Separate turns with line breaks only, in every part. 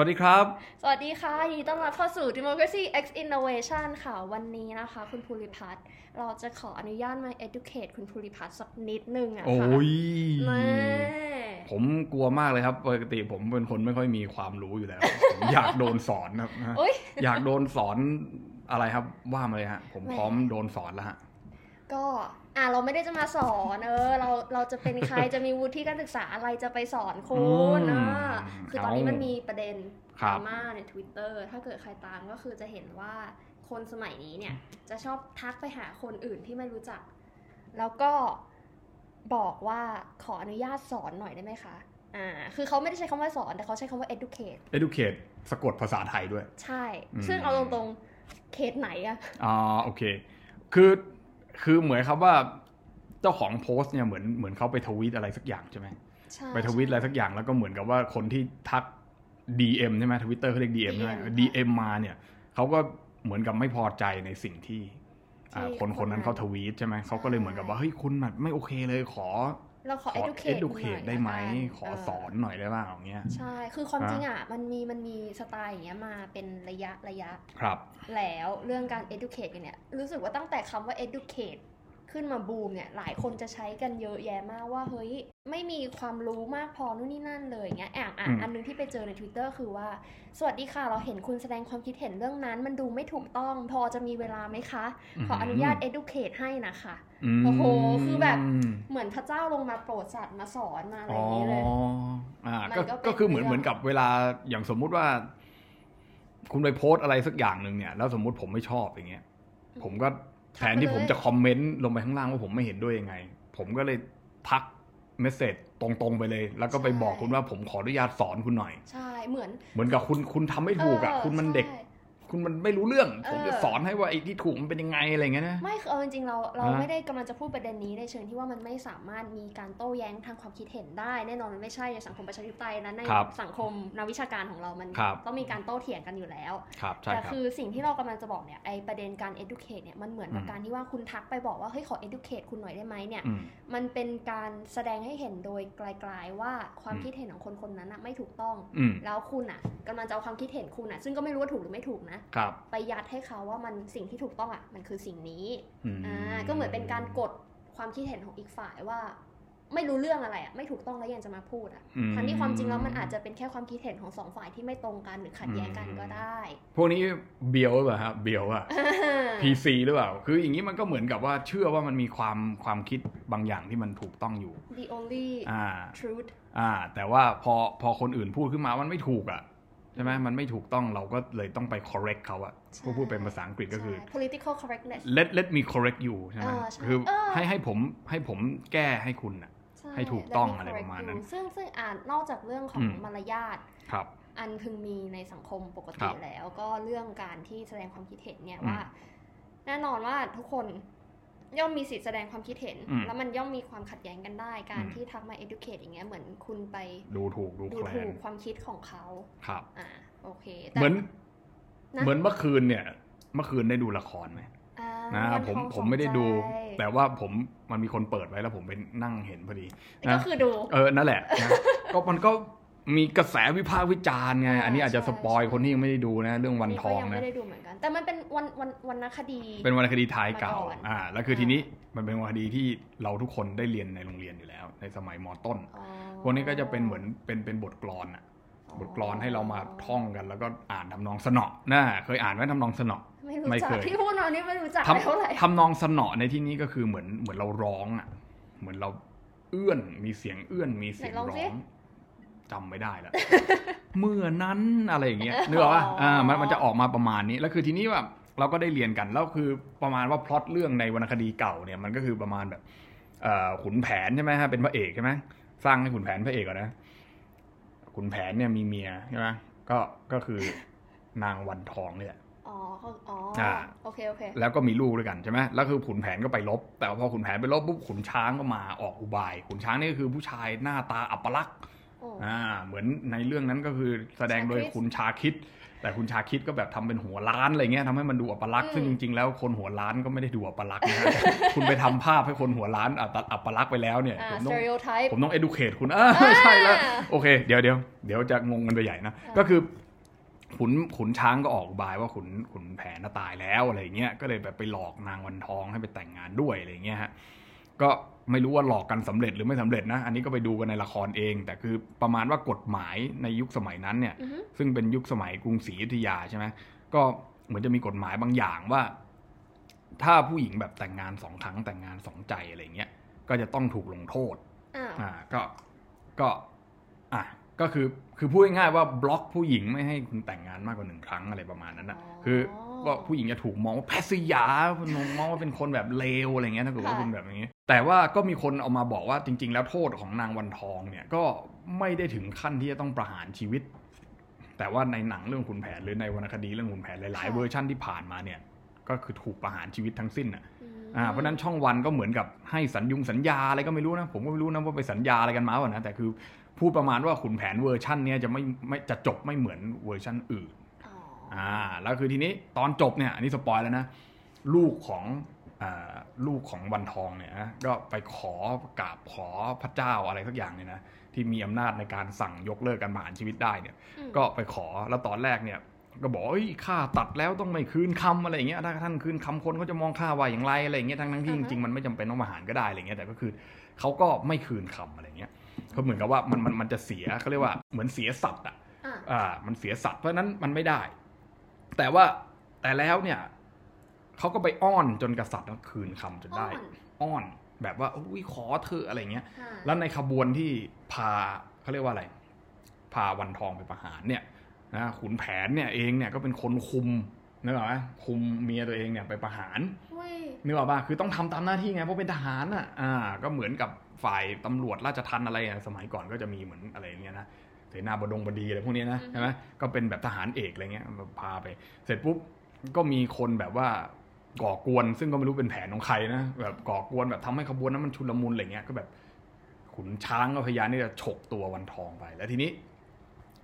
วัสดีครับ
สวัสดีค่ะยินดีต้อนรับเข้าสู่ Democracy X Innovation ค่ะ วันนี้นะคะ คุณภูริพัฒน์เราจะขออนุญาตมา educate คุณภูริพัฒน์สักนิดนึงอะ
โอ้
ค่ะ
ย
แม่
ผมกลัวมากเลยครับ ปกติผมเป็นคนไม่ค่อยมีความรู้อยู่แล้ว ผมอยากโดนสอนครับ
โอ้ย
อยากโดนสอนอะไรครับ ว่ามาเลยฮะ ผม
แหม
พร้อมโดนสอนแล้วฮะ
ก็อ่ะเราไม่ได้จะมาสอนเออเราเราจะเป็น ใคร จะมีวุฒิการศึกษาอะไรจะไปสอนคุณ
อืม
อ่ะคือตอนนี้
เอามั
มันมีประเด็น
ครั
ด
บ
ราม่าใน Twitter ถ้าเกิดใครตามก็คือจะเห็นว่าคนสมัยนี้เนี่ย จะชอบทักไปหาคนอื่นที่ไม่รู้จัก แล้วก็บอกว่าขออนุญาตสอนหน่อยได้ไหมคะอ่าคือเขาไม่ได้ใช้คำว่าสอนแต่เขาใช้คำว่า educate
educate สะกดภาษาไทยด้วย
ใช่
อืม
ซึ่งเอาตรงๆเคสไหนอะ
อ่าโอเค คือคือเหมือนครับว่า เจ้าของโพสต์เนี่ยเหมือนเหมือนเขาไปทวีตอะไรสักอย่างใช่ไหม
ใช่
ไปทวิตอะไรสักอย่างแล้วก็เหมือนกับว่าคนที่ทัก DM ใช่ไหมทวิตเตอร์เขาเรียก DM ใช่ไหม DM มาเนี่ยเขาก็เหมือนกับไม่พอใจในสิ่งที่อ่าคนคนนั้นเขาทวีตใช่ไหมเขาก็เลยเหมือนกับว่าเฮ้ยคุณแบบไม่โอเคเลยขอ
เราข
ข
อ
อ
educate
ดได้ไหม
น่ยละกัน
ขอ
เ
สอนหน่อยได้บ้างอย่างเงี้ย
ใช่ คือความ
ฮะ
จริงอ่ะ มันมี มันมีสไตล์อย่างเงี้ยมาเป็นระยะ ระยะ
ครับ
แล้วเรื่องการ educate กันเนี่ย รู้สึกว่าตั้งแต่คำว่า educate ขึ้นมาบูมเนี่ย หลายคนจะใช้กันเยอะแยะมากว่า เฮ้ย ไม่มีความรู้มากพอนู่นนี่นั่นเลยอย่างเงี้ยอ่ะอ่ะ
อืม
อันนึงที่ไปเจอใน Twitter คือว่า สวัสดีค่ะ เราเห็นคุณแสดงความคิดเห็นเรื่องนั้น มันดูไม่ถูกต้อง พอจะมีเวลาไหมคะ ขออนุญาต educate ให้นะคะ
ม
โอ้โหคือแบบ เหมือนพระเจ้าลงมาโปรดสัตว์มาสอนมาอะไร
อ๋อ
อ
ย่าง
เงี้ยเลย
อ่า
มัน
ก็
ก็เป็น
ก็คือเหมือน
เรื่อง
เหมือนกับเวลาอย่างสมมุติว่า คุณไปโพสต์อะไรสักอย่างหนึ่งเนี่ยแล้วสมมุติผมไม่ชอบอย่างเงี้ย ผมก็แทนที่ผมจะคอมเมนต์ลงไปข้างล่างว่าผมไม่เห็นด้วยยังไง ผมก็เลยทักเมสเซจตรงๆไปเลย แล้วก็ไป
ใช่
บอกคุณว่าผมขออนุญาตสอนคุณหน่อย
ใช่ เหมือน
เหมือนกับคุณคุณทำไม่ถูกอ่ะ
เออ
คุณมันเด็ก
ใช่
คุณมันไม่รู้เรื่อง ผมจะ
เออ
สอนให้ว่าไอ้ที่ถูกมันเป็นยังไงอะไรอย่างเงี้ยนะ
ไม่คือเอาจริงๆเราเรา
ฮะ
ไม่ได้กำลังจะพูดประเด็นนี้ในเชิงที่ว่ามันไม่สามารถมีการโต้แย้งทางความคิดเห็นได้ แน่นอนมันไม่ใช่ในสังคมประชาธิปไตยนะใน
ครับ
สังคมนักวิชาการของเรามัน
ครับ
ต้องมีการโต้เถียงกันอยู่แล้ว
ครับ ใช่
แต่
ครับ
คือสิ่งที่เรากำลังจะบอกเนี่ยไอประเด็นการ educate เนี่ยมันเหมือนกับ
อืม
การที่ว่าคุณทักไปบอกว่าเฮ้ยขอ educate คุณหน่อยได้ไหมเนี่ย
ม
มันเป็นการแสดงให้เห็นโดยไกลๆว่าความ
อืม
คิดเห็นของคนคนนั้นน่ะไม่ถูกต้อง
อืม
แล้วคุณอ่ะกำลังจะเอาความคิดเห็นคุณอ่ะซึ่งก็ไม่รู้ว่าถูกหรือไม่ถูกนะครับ ไปยัดให้เขาว่ามันสิ่งที่ถูกต้องอ่ะมันคือสิ่งนี้
อืม
อ่าก็เหมือนเป็นการกดความคิดเห็นของอีกฝ่ายว่า ไม่รู้เรื่องอะไรอ่ะไม่ถูกต้องแล้วยังจะมาพูดอ่ะ
อื
ทั้งที่ความจริงแล้วมันอาจจะเป็นแค่ความคิดเห็นของสองฝ่ายที่ไม่ตรงกันหรือขัดแย้งกันก็ได้
พวกนี้เบียวหรือเปล่าครับเบียวอ่ะ PC หรือเปล่า คืออย่างนี้มันก็เหมือนกับว่าเชื่อว่ามันมีความความคิดบางอย่างที่มันถูกต้องอยู่
the only
อ่า
truth
อ่าแต่ว่าพอพอคนอื่นพูดขึ้นมามันไม่ถูกอะ่ะใช่ไหมมันไม่ถูกต้องเราก็เลยต้องไป correct เขาอะ่ะ
ใช่
พูดพูดเป็นภาษาอังกฤษก็คือ
ใช่ political correctness
let let me correct you ใช่ไหม
เออใช่
คือ
เออ
ให้ให้ผมให้ผมแก้ให้คุณอ่ะ
ช่
ให้ถูกต้อง
และ
อะไร
correct
ประมาณนั้น
อยู่ซึ่งซึ่งอ่านนอกจากเรื่องของมารยาท
ครับ
อันพึงมีในสังคมปก
ครั
ติ
บ
แล้วก็เรื่องการที่แสดงความคิดเห็นเนี่ย
อืม
ว่า แน่นอนว่าทุกคนย่อมมีสิทธิแสดงความคิดเห็น
อืม
แล้วมันย่อมมีความขัดแย้งกันได้ การ
อืม
ที่ทักมา educate อย่างเงี้ยเหมือนคุณไป
ดูถูกดู
ดู
แคล
ถู
น
กความคิดของเขา
ครับ
อ่าโอเคแต่
เหมือน
นะ
เหมือนเมื่อคืนเนี่ย เมื่อคืนได้ดูละครไหม
อ่า
นะ
วัน
ผม
ทอง
ผมไม่ได้ดู
สองใจ
แต่ว่าผมมันมีคนเปิดไว้แล้วผมไปนั่งเห็นพอดี
แต่
นะ
ก็คือดู
เออ นั่นแหละนะ ก็มันก็มีกระแสวิพากษ์วิจารณ์ไง
อ่า
อันนี้อาจจะ
ใช่
สปอย
ใช่
คนที่ยังไม่ได้ดูนะ เรื่องวันทอง
ก็ยัง
นะ
ไม่ได้ดูเหมือนกัน แต่มันเป็นวันวันวันนักคดี
เป็นวรรณคดีไทยเก่า
มาก่อน
อ่า แล้วคืออา ทีนี้มันเป็นวรรณคดีที่เราทุกคนได้เรียนในโรงเรียนอยู่แล้ว ในสมัยมต้น
อ๋อ
พวกนี้ก็จะเป็นเหมือนเป็นเป็นบทกลอนอะบทกลอนให้เรามาท่องกัน แล้วก็อ่านทำนองสนอนะเคยอ่านไหมทำนองสนอ
ไม่รู้
ไม่
จั
เค
ก
ย
ที่พูดมานี่ไม่รู้จัก
ท
เท่าไหร่
ำทำนองสนอในที่นี้ก็คือเหมือนเหมือนเราร้องอะเหมือนเราเอื้อน มีเสียงเอื้อน มีเสียง
ไหนลอง
ร้
สิ
องจำไม่ได้แล้ว เมื่อนั้นอะไรอย่างเงี้ยนึกออกป่ะ
อ๋ออ่
อ่ามันมันจะออกมาประมาณนี้ แล้วคือทีนี้แบบเราก็ได้เรียนกัน แล้วคือประมาณว่าพล็อตเรื่องในวรรณคดีเก่าเนี่ยมันก็คือประมาณแบบเอ่อขุนแผนใช่ไหมฮะเป็นพระเอกใช่ไหมสร้างให้ขุนแผนพระเอกก่อนนะ ขุนแผนเนี่ยมีเมียใช่ไหมก็ก็คือนางวันทองนี่แหละ
อ๋อเขาอ๋ออา โอเค โอเค
แล้วก็มีลูกด้วยกันใช่ไหมแล้วคือขุนแผนก็ไปลบ แต่ว่าพอขุนแผนไปลบปุ๊บขุนช้างก็มาออกอุบาย ขุนช้างนี่ก็คือผู้ชายหน้าตาอัปลักษณ์
โอ้
อ่า เหมือนในเรื่องนั้นก็คือแสดงโดย
ชาค
ขุ
ริส
นชาคิด แต่ขุนชาคิดก็แบบทำเป็นหัวล้านอะไรเงี้ยทำให้มันดูอัปลักษณ์
อืม
ซึ่งจริงๆแล้วคนหัวล้านก็ไม่ได้ดูอัปลักษณ์นะฮะ คุณไปทำภาพให้คนหัวล้านอัปอัปลักษณ์ไปแล้วเนี่ย
อ่า
ผมต้อง
stereotype
ผมต้อง educate คุณอ่าใช่แล้ว
อ่า
โอเค เดี๋ยวเดี๋ยวเดี๋ยวจะงงกันไปใหญ่นะ ก็คือ ขุนขุนช้างก็ออกอุบายว่าขุนขุนแผนน่ะตายแล้วอะไรอย่างเงี้ยก็เลยแบบไปหลอกนางวันทองให้ไปแต่งงานด้วยอะไรอย่างเงี้ยฮะก็ไม่รู้ว่าหลอกกันสำเร็จหรือไม่สำเร็จนะ อันนี้ก็ไปดูกันในละครเอง แต่คือประมาณว่ากฎหมายในยุคสมัยนั้นเนี่ย
อือฮึ
ซึ่งเป็นยุคสมัยกรุงศรีอยุธยาใช่ไหมก็เหมือนจะมีกฎหมายบางอย่างว่า ถ้าผู้หญิงแบบแต่งงานสองครั้งแต่งงานสองใจอะไรเงี้ย ก็จะต้องถูกลงโทษ
อ้าว
อ่า ก็ ก็ อ่ะ ก็คือ คือพูดง่ายๆว่าบล็อกผู้หญิงไม่ให้คุณแต่งงานมากกว่าหนึ่งครั้งอะไรประมาณนั้นนะคือว่าผู้หญิงจะถูกมองว่าแพทย์สยามมองว่าเป็นคนแบบเลวอะไรเงี้ยถ้าเกิดว่าคุณแบบอย่างนี้ แต่ว่าก็มีคนเอามาบอกว่าจริง ๆ แล้วโทษของนางวันทองเนี่ย ก็ไม่ได้ถึงขั้นที่จะต้องประหารชีวิต แต่ว่าในหนังเรื่องขุนแผนหรือในวรรณคดีเรื่องขุนแผนหลาย ๆ เวอร์ชั่นที่ผ่านมาเนี่ย ก็คือถูกประหารชีวิตทั้งสิ้นน่ะ
ม
อ่าเพราะฉะนั้นช่องวันก็เหมือนกับให้สัญญุงสัญญาอะไรก็ไม่รู้นะ ผมก็ไม่รู้นะว่าไปสัญญาอะไรกันมาว่ะนะแต่คือพูดประมาณว่าขุนแผนเวอร์ชั่นเนี้ยจะไม่ไม่จะจบไม่เหมือนเวอร์ชั่นอื่น
อ๋อ
อ่าแล้วคือทีนี้ตอนจบเนี่ยอันนี้สปอยแล้วนะ ลูกของอ่าลูกของวันทองเนี่ยนะก็ไปขอกราบขอพระเจ้าอะไรสักอย่างเนี่ยนะที่มีอำนาจในการสั่งยกเลิกการประหารชีวิตได้เนี่ย
อืม
ก็ไปขอแล้วตอนแรกเนี่ย ก็บอกเอ้ยข้าตัดแล้วต้องไม่คืนคำอะไรอย่างเงี้ยถ้าท่านคืนคำคนก็จะมองข้าว่าอย่างไรอะไรอย่างเงี้ยทั้งทั้งที่จริงๆมันไม่จำเป็นต้องประหารก็ได้อะไรเงี้ยแต่ก็คือเขาก็ไม่คืนคำอะไรเงี้ยเขาเหมือนกับว่ามันมันมันจะเสียเขาเรียกว่าเหมือนเสียสัตว์อ่ะ
อ่ะ
อ่ามันเสียสัตว์เพราะฉะนั้นมันไม่ได้ แต่ว่าแต่แล้วเนี่ยเขาก็ไปอ้อนจนกษัตริย์นั้นคืนคำจนได้
อ้อน
อ้อนแบบว่าอุ้ยขอเธอะอะไรเงี้ย
อ่ะ
แล้วในขบวนที่พาเขาเรียกว่าอะไร พาวันทองไปประหารเนี่ยนะขุนแผนเนี่ยเองเนี่ยก็เป็นคนคุมนึกออกไหมคุมเมียตัวเองเนี่ยไปประหาร
เว้ย
นึกออกป่ะคือต้องทำตามหน้าที่ไงเพราะเป็นทหารอ่ะอ่า ก็เหมือนกับฝ่ายตำรวจราชทัณฑ์อะไรอ่ะสมัยก่อนก็จะมีเหมือนอะไรเนี่ยนะเสนาบดงบดีอะไรพวกเนี้ยนะใช่ไหมก็เป็นแบบทหารเอกอะไรเงี้ยพาไป เสร็จปุ๊บก็มีคนแบบว่าก่อกวน ซึ่งก็ไม่รู้เป็นแผนของใครนะแบบก่อกวนแบบทำให้ขบวนนั้นมันชุลมุนอะไรเงี้ยก็แบบ ขุนช้างก็พยายามที่จะฉกตัววันทองไป แล้วทีนี้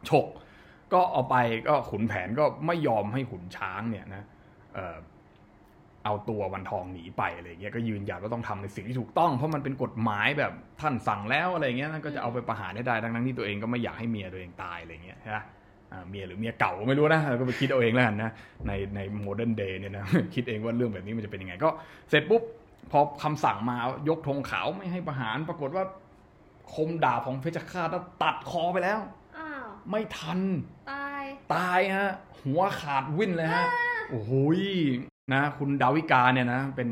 ฉกก็เอาไปก็ขุนแผนก็ไม่ยอมให้ขุนช้างเนี่ยนะเอ่อเอาตัววันทองหนีไปอะไรเงี้ยก็ยืนยันว่าต้องทำในสิ่งที่ถูกต้องเพราะมันเป็นกฎหมายแบบท่านสั่งแล้วอะไรเงี้ยนั่นก็จะเอาไปประหารให้ได้ทั้งทั้งที่ตัวเองก็ไม่อยากให้เมียตัวเองตายอะไรเงี้ยใช่ไหมอ่าเมียหรือเมียเก่าก็ไม่รู้นะเราก็ไปคิดเอาเองแล้วกันนะในในโมเดิร์นเดย์เนี่ยนะ คิดเองว่าเรื่องแบบนี้มันจะเป็นยังไงก็เสร็จปุ๊บ พอคำสั่งมายกธงขาวไม่ให้ประหารปรากฏว่า คมดาบของเพชฌฆาตน่ะตัดคอไปแล้ว
อ้าว
ไม่ทัน
ตาย
ตายฮะ หัวขาดวิ่นเลยฮะ โอ้โหยนะ คุณดาวิกาเนี่ยนะ เป็น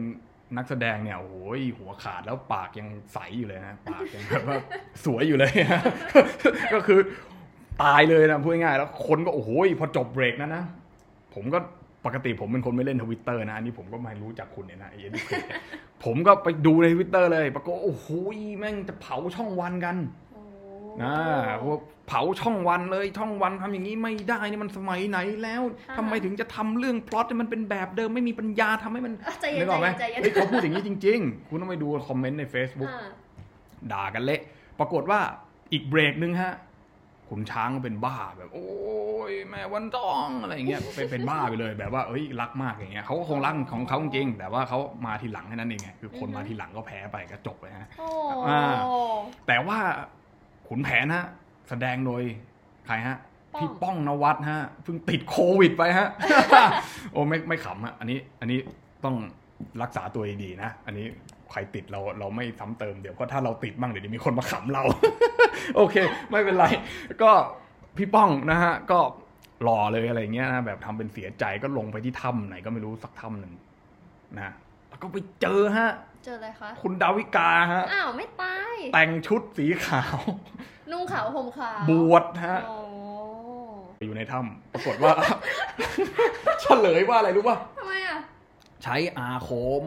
นักแสดงเนี่ย โอ้โหยหัวขาดแล้วปากยังใสอยู่เลยนะ ปากยังแบบว่า สวยอยู่เลยฮะ ก็คือตายเลยนะพูดง่ายๆแล้วคนก็โอ้โหยพอจบเบรกนั้นนะ ผมก็ปกติผมเป็นคนไม่เล่นทวิตเตอร์นะอันนี้ผมก็ไม่รู้จักคุณเนี่ยนะไอ้เอ็นดิผมก็ไปดูในทวิตเตอร์เลยปรากฏโอ้โหยแม่งจะเผาช่องวันกัน
โอ้
นะพวกเผาช่องวันเลยช่องวันทำอย่างนี้ไม่ได้นี่มันสมัยไหนแล้วทำไมถึงจะทำเรื่องพล็อตให้มันเป็นแบบเดิมไม่มีปัญญาทำให้มัน
อ่ะใจเย็
นึ
น
กออกไหม
ใจเย็นใจ
เฮ้ย
เย็น
เขาพูดอย่างนี้จริง ๆ คุณต้องไปดูคอมเมนต์ใน Facebook
อ่ะ
ด่ากันเละ ปรากฏว่าอีกเบรกหนึงฮะขุนช้างก็เป็นบ้าแบบ โอ้ยแม่วันต้องอะไรอย่างเงี้ย เป็นเป็นบ้าไปเลยแบบว่าเอ้ยรักมากอย่างเงี้ยเขาก็คงรักของเขาจริงๆแต่ว่าเขามาทีหลังแค่นั้นเองไงคือคนมาทีหลังก็แพ้ไปก็จบเลยฮะ
โอ้
อ่า แต่ว่าขุนแผนฮะ แสดงโดยใครฮะ พี่ป้องนวัดฮะเพิ่งติดโควิดไป ฮะ โอ้ไม่ไม่ขำฮะอันนี้อันนี้ต้องรักษาตัวดีๆนะ อันนี้ใครติดเราเราไม่ซ้ำเติมเดี๋ยวเพราะถ้าเราติดบ้างเดี๋ยวจะมีคนมาขำเรา โอเค ไม่เป็นไร ก็พี่ป้องนะฮะ ก็หล่อเลยอะไรเงี้ยนะแบบทำเป็นเสียใจก็ลงไปที่ถ้ำไหนก็ไม่รู้สักถ้ำหนึ่งนะแล้วก็ไปเจอฮะ
เจออะไรคะ
คุณดาวิกาฮะ
อ้าวไม่ตาย
แต่งชุดสีขาว
นุ่งขาวห่มขาว
บวชฮะ
โอ้
อยู่ในถ้ำปรากฏว่า เฉลยว่าอะไรรู้ป่ะ
ทำไมอ่ะ
ใช้อาคม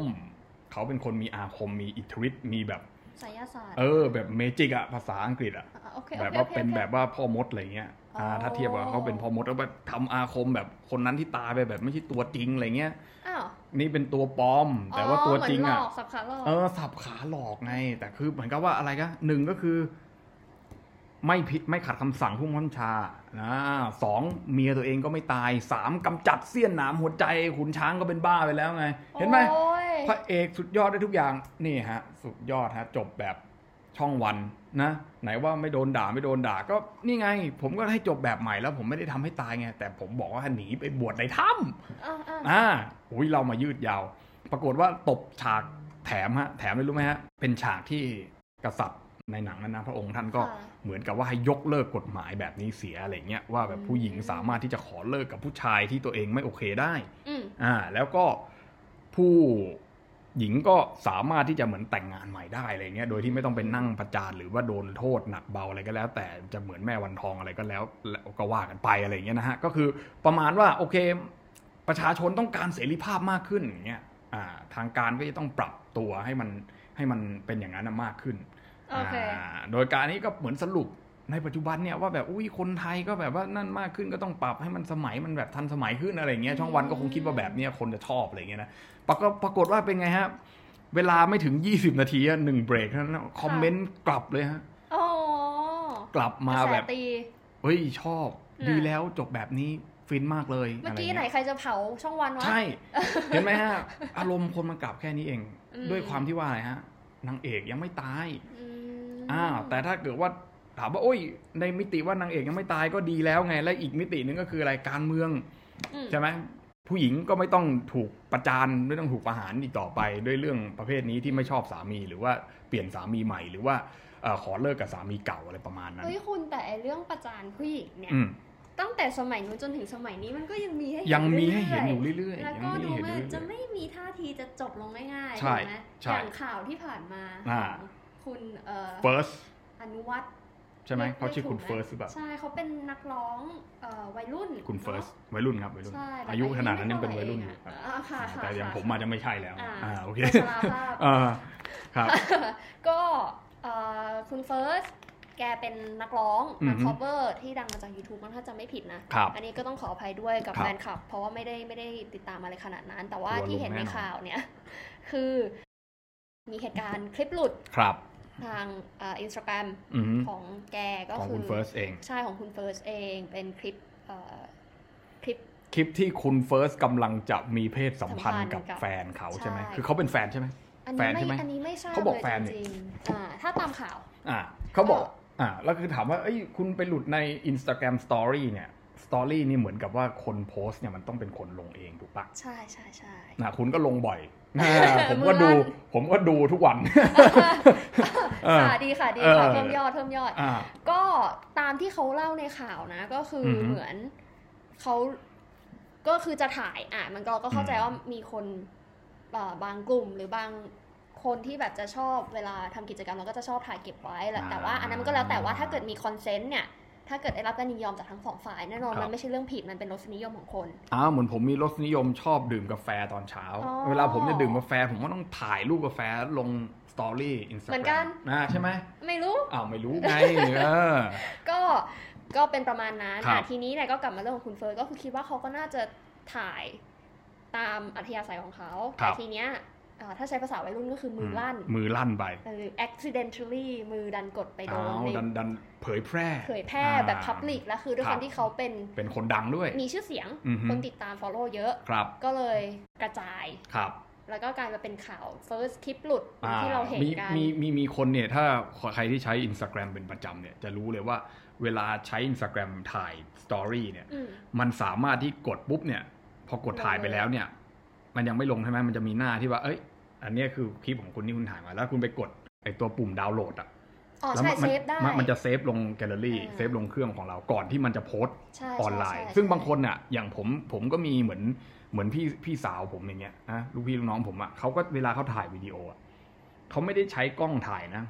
เขาเป็นคนมีอาคมมีอิทธิฤทธิ์มีแบบ
ไสายศาสตร์
เออ แบบเมจิกอะภาษาอังกฤษอะ
ะโอเคโอค
แบบว่า
โอค
เป็น
โอค
แบบว่าพ่อมดอะไรเงี้ยอ่า
อ๋อ
ถ้าเทียบว่าเขาเป็นพ่อมดแล้วแบบทำอาคมแบบคนนั้นที่ตายไปแบบไม่ใช่ตัวจริงอะไรเงี้ย
อ้าว
นี่เป็นตัวปลอม แต่ว่าตัวจริงอะ
เหมืนหลอกสับขาหลอก
เออสับขาหลอกไง แต่คือเหมือนกับว่าอะไรก็หนึ่งก็คือ ไม่ผิดไม่ขัดคำสั่งผู้มังคับบัญชานะสองเมียตัวเองก็ไม่ตายสามกำจัดเสี้ยนหนามหัวใจขุนช้างก็เป็นบ้าไปแล้วไง เห็นไหม
โอ้ย
พระเอกสุดยอดได้ทุกอย่างนี่ฮะ สุดยอดฮะ จบแบบ ช่องวันนะไหนว่าไม่โดนด่าไม่โดนด่าก็นี่ไง ผมก็ให้จบแบบใหม่แล้ว ผมไม่ได้ทำให้ตายไงแต่ผมบอกว่าหนีไปบวชในถ้ำ
อ่าอ่า
อ่าอุ้ยเรามายืดยาว ปรากฏว่าตบฉากแถมฮะ แถมเลยรู้ไหมฮะ เป็นฉากที่กษัตริย์ในหนังนั้นนะพระองค์ท่านก็
ค่ะ
เหมือนกับว่าให้ยกเลิกกฎหมายแบบนี้เสียอะไรเงี้ยว่าแบบผู้หญิง
อืม
สามารถที่จะขอเลิกกับผู้ชายที่ตัวเองไม่โอเคได้
อืม
อ่า แล้วก็ผู้หญิงก็สามารถที่จะเหมือนแต่งงานใหม่ได้อะไรเงี้ย โดยที่ไม่ต้องไปนั่งประจานหรือว่าโดนโทษหนักเบาอะไรก็แล้ว แต่จะเหมือนแม่วันทองอะไรก็แล้วแล้วก็ว่ากันไปอะไรเงี้ยนะฮะ ก็คือประมาณว่าโอเค ประชาชนต้องการเสรีภาพมากขึ้นอย่างเงี้ย อ่า ทางการก็จะต้องปรับตัวให้มันให้มันเป็นอย่างนั้นนะมากขึ้น
โอเค
อ่าโดยการนี้ก็เหมือนสรุปในปัจจุบันเนี่ยว่าแบบอุ้ยคนไทยก็แบบว่านั่นมากขึ้นก็ต้องปรับให้มันสมัยมันแบบทันสมัยขึ้นอะไรอย่างเงี้ยช่องวันก็คงคิดว่าแบบเนี้ยคนจะชอบอะไรอย่างเงี้ยนะปรากฏปรากฏว่าเป็นไงฮะ เวลาไม่ถึง 20 นาทีอะหนึ่งเบรกเท่านั้นนะคอมเมนต์กลับเลยฮะ
อ๋อก
ลับมาก
ระแส
แบบ
ตี
เฮ้ย ชอบ
น่ะ
ดีแล้วจบแบบนี้ฟินมากเลย
เมื่อกี้
ะร
ไหน
งี้ย
ใครจะเผาช่องวันวะ
ใช่ เห็นไหม ฮะ อารมณ์คนมันกลับแค่นี้เอง
อืม
ด้วยความที่ว่าอะไรฮะนางเอกยังไม่ตาย
อืม
อ่าแต่ถ้าเกิดว่าถามว่าโอ้ย ในมิติว่านางเอกยังไม่ตายก็ดีแล้วไง และอีกมิติหนึงก็คือรายการเมือง
อืม
ใช่ไหมผู้หญิงก็ไม่ต้องถูกประจานไม่ต้องถูกประหารอีกต่อไป ด้วยเรื่องประเภทนี้ที่ไม่ชอบสามีหรือว่าเปลี่ยนสามีใหม่ หรือว่าเอ่อขอเลิกกับสามีเก่าอะไรประมาณนั้น
เฮ้ยคุณแต่ไอเรื่องประจานผู้หญิงเนี่ย
อืม
ตั้งแต่สมัยนู้นจนถึงสมัยนี้มันก็ยังมีให้เห็น
ยังมีให้
รื่
เห็นอยู่
ๆ
เรื่อยๆ
แล้ว
ยัง
ก็
มี
ดู
ให้
มั
เห็น
น
อยู่
จะ
เรื่อย
ไม่มีท่าทีจะจบลงง่ายๆ
ใช่
ถูกไหม
ใช่
อย่างข่าวที่ผ่านมาข
อ่า
องคุณเอ่อ
ๆ first
อนุวัฒน์
ใช่ไหม
รียก
เขาชื่อ
ถูก
คุณ
ไหม
first หรือเปล่า
ใช่เขาเป็นนักร้องเอ่อวัยรุ่น
คุณ
เนอะ
first วัยรุ่นครับวัยรุ่น
ใช่แบบ
อายุขนาดนั้นยังเป็นวัยรุ่นอยู่ครับ
าอ่าค่ะค่ะ
แต่อย่าง
ค่ะ
ผมอาจจะไม่ใช่แล้ว
อ่า
อ่าโอเค
พัชราภา พ
อ่าครับ
ก็เอ่อคุณเฟิร์ส แกเป็นนักร้อง
อือฮึ
มา cover ที่ดังมาจาก YouTube มันถ้าจะไม่ผิดนะ
ครับ
อันนี้ก็ต้องขออภัยด้วยกับ
ครับ
แฟนคลับ เพราะว่าไม่ได้ไม่ได้ติดตามอะไรขนาดนั้น แต่ว่า
ทัวร์ลง
ที่เห็นใน
แน่นอน
ข่าวเนี่ย คือมีเหตุการณ์คลิปหลุด
ครับ
ทางเอินสตาแกรม
อือฮึ
ของแกก็
ของ
คื
คุณเฟิร์สเอง
ใช่ของคุณเฟิร์สเองเป็นคลิปเอ่อคลิป
คลิปที่คุณเฟิร์สกำลังจะมีเพศสัมพัน
สัมพันธ์
ธ์กับ
กับ
แฟนเขาใช่ไหม
ใช่
คือเขาเป็นแฟนใช่ไหม
อัน
แฟ
นี้
นใช่ไหม
ไม่อันนี้ไม่ทราบ
เขาบอก
ลย
แฟนนี่
จริงๆอ่าถ้าตามข่าว
อ่าเขาบอก
ก็
อ่าแล้วคือถามว่าเอ้ยคุณไปหลุดใน Instagram Story เนี่ยสตอรี่นี่เหมือนกับว่าคนโพสต์เนี่ยมันต้องเป็นคนลงเองถูกปะ
ใช่ใช่ใช่
นะคุณก็ลงบ่อย นะ ผม
มื
ก็
อลั่น
ดู ผมก็ดูทุกวัน เออ
ค่ะดีค่ะดีค่ะเพิ่มยอดเพิ่มยอด
อ่า
ก็ตามที่เขาเล่าในข่าวนะ ก็คืออ
อฮึ
เหมือนเขาก็คือจะถ่ายอ่ะมันก็ก็เข้าใจ
อืม
ว่ามีคนเอ่อบางกลุ่มหรือบางคนที่แบบจะชอบเวลาทำกิจกรรมเราก็จะชอบถ่ายเก็บไว้แหละ
อ่า
แต่ว่าอันนั้นมันก็แล้วแต่ว่าถ้าเกิดมีคอนเซนต์เนี่ย ถ้าเกิดได้รับการยินยอมจากทั้งสองฝ่ายแน่นอน
ครับ
มันไม่ใช่เรื่องผิดมันเป็นรสนิยมของคน
อ้าวเหมือนผมมีรสนิยมชอบดื่มกาแฟตอนเช้า
อ๋อ
เวลาผมจะดื่มกาแฟ ผมก็ต้องถ่ายรูปกาแฟลงสตอรี่อินสตา
เหมื
แกร
อนกั
ม
น
นะใช่ไหม
ไม่รู้
อ้าวไม่รู้ไงเออ
ก็ก็เป็นประมาณนั้น
ครับ
อ่ะทีนี้เนี่ยก็กลับมาเรื่องของคุณเฟิร์สก็คือคิดว่าเขาก็น่าจะถ่ายตามอัธยาศัยของเขา
ครับ
แต่ทีเนี้ยอ่าถ้าใช้ภาษาวัยรุ่นก็คือมือลั่น
มือลั่นไป
หรือ accidentally มือดันกดไปโด
อ้านว
ใน
ดันดันเผยแพร่
เผยแพร่
อ่า
แบบ public แล้วคือด้วย
ค
ครับ วามที่เขาเป็น
เป็นคนดังด้วย
มีชื่อเสียง
อือฮึ
คนติดตาม follow เยอะ
ครับ
ก็เลยกระจาย
ครับ
แล้วก็กลายมาเป็นข่าว first คลิปหลุด
อ่า
ที่เราเห็น
มี
กัน
มีมีมีคนเนี่ย ถ้าใครที่ใช้ Instagram เป็นประจำเนี่ย จะรู้เลยว่าเวลาใช้ Instagram ถ่ายสตอรี่เนี่ย
อืม
มันสามารถที่กดปุ๊บเนี่ย พอกดถ่ายไปแล้วเนี่ย มันยังไม่ลงใช่ไหมมันจะมีหน้าที่ว่า เอ้ย อันเนี้ยคือคลิปของคุณที่คุณถ่ายมา แล้วคุณไปกดไอตัวปุ่มดาวน์โหลดอ่ะ
อ๋อ
แล้ว
ใช่
มั
เซฟได้
มันมันจะเซฟลงแกลเลอรี่
อ่า
เซฟลงเครื่องของเราก่อนที่มันจะโพสต์
ใช่
ออนไลน์
ใช่ใช่
ซึ่งบางคนอ่ะ อย่างผม ผมก็มีเหมือน เหมือนพี่ พี่สาวผมอย่างเงี้ยนะลูกพี่ลูกน้องผมอ่ะเขาก็เวลาเขาถ่ายวิดีโออ่ะเขาไม่ได้ใช้กล้องถ่ายนะ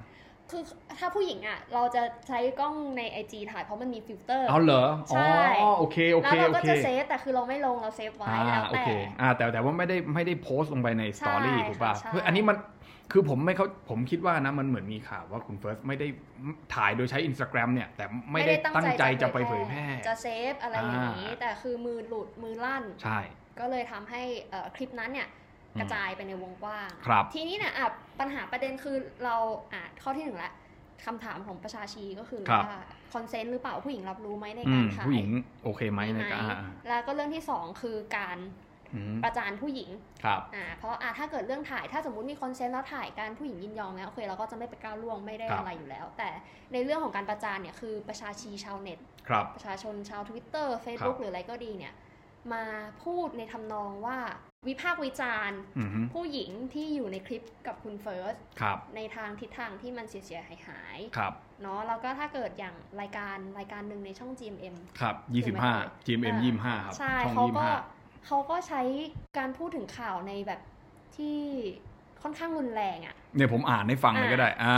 คือถ้าผู้หญิงอ่ะ เราจะใช้กล้องใน IG ถ่ายเพราะมันมีฟิลเตอร์
เอาเหรอ
ใช่
อ๋อ โอเค โอ
แล้
เค
วเรา
โอ
ก็
เค
จะเซฟแต่คือเราไม่ลงเราเซฟไว้
อ่า
แล้ว
โอ
แต่
เค อ่า แต่ แต่ว่าไม่ได้ ไม่ได้โพสต์ลงไปในสตอรี่
ใช่
ถูกป่ะ
ค่ะใช่
คืออันนี้มัน คือผมไม่เขาผมคิดว่านะ มันเหมือนมีข่าวว่าคุณเฟิร์สไม่ได้ถ่ายโดยใช้ Instagram เนี่ย แต่ไม่ได้ตั้งใจจะไปเผยแพร่
จะเซฟอะไรอย่างนี้
อ่า
แต่คือมือหลุดมือลั่น
ใช่
ก็เลยทำให้เอ่อคลิปนั้นเนี่ย
อืม
กระจายไปในวงกว้าง
ครับ
ทีนี้เนี่ยอ่ะปัญหาประเด็นคือเราอ่ะข้อที่หนึ่งละคำถามของประชาชีก็คือ
ครับ
ว่าคอนเซนต์หรือเปล่าผู้หญิงรับรู้ไหมใน
อื
กาม รถ่าย
ผู้หญิงโอเคไหมในการอ่า
แล้วก็เรื่องที่สองคือการ
อืม
ประจานผู้หญิง
ครับ
อ่าเพราะอ่าถ้าเกิดเรื่องถ่ายถ้าสมมติมีคอนเซนต์แล้วถ่ายการผู้หญิงยินยอมแล้วโอเคเราก็จะไม่ไปก้าวล่วงไม่ได้
ครับ
อะไรอยู่แล้ว แต่ในเรื่องของการประจานเนี่ยคือประชาชีชาวเน็ต
ครับ
ประชาชนชาว Twitter Facebook หรืออะไรก็ดีเนี่ยมาพูดในทำนองว่าวิพากษ์วิจารณ์
อืม
ผู้หญิงที่อยู่ในคลิปกับคุณเฟิร์ส
ครับ
ในทางทิศทางที่มันเสียเสียหายหาย
ครับ
ๆเนาะแล้วก็ถ้าเกิดอย่างรายการรายการหนึ่งในช่อง GMM
ครับยี่สิบห้า GMM ยี่สิบห้าครับ
ใช่
ช่อง
เขา
ยี่สิบ
ก็
ห้า
เขาก็ใช้การพูดถึงข่าวในแบบที่ค่อนข้างรุนแรงอะ่ะ
เนี่ยผมอ่านให้ฟังเลย
อ่า
ก็ได้ อ่า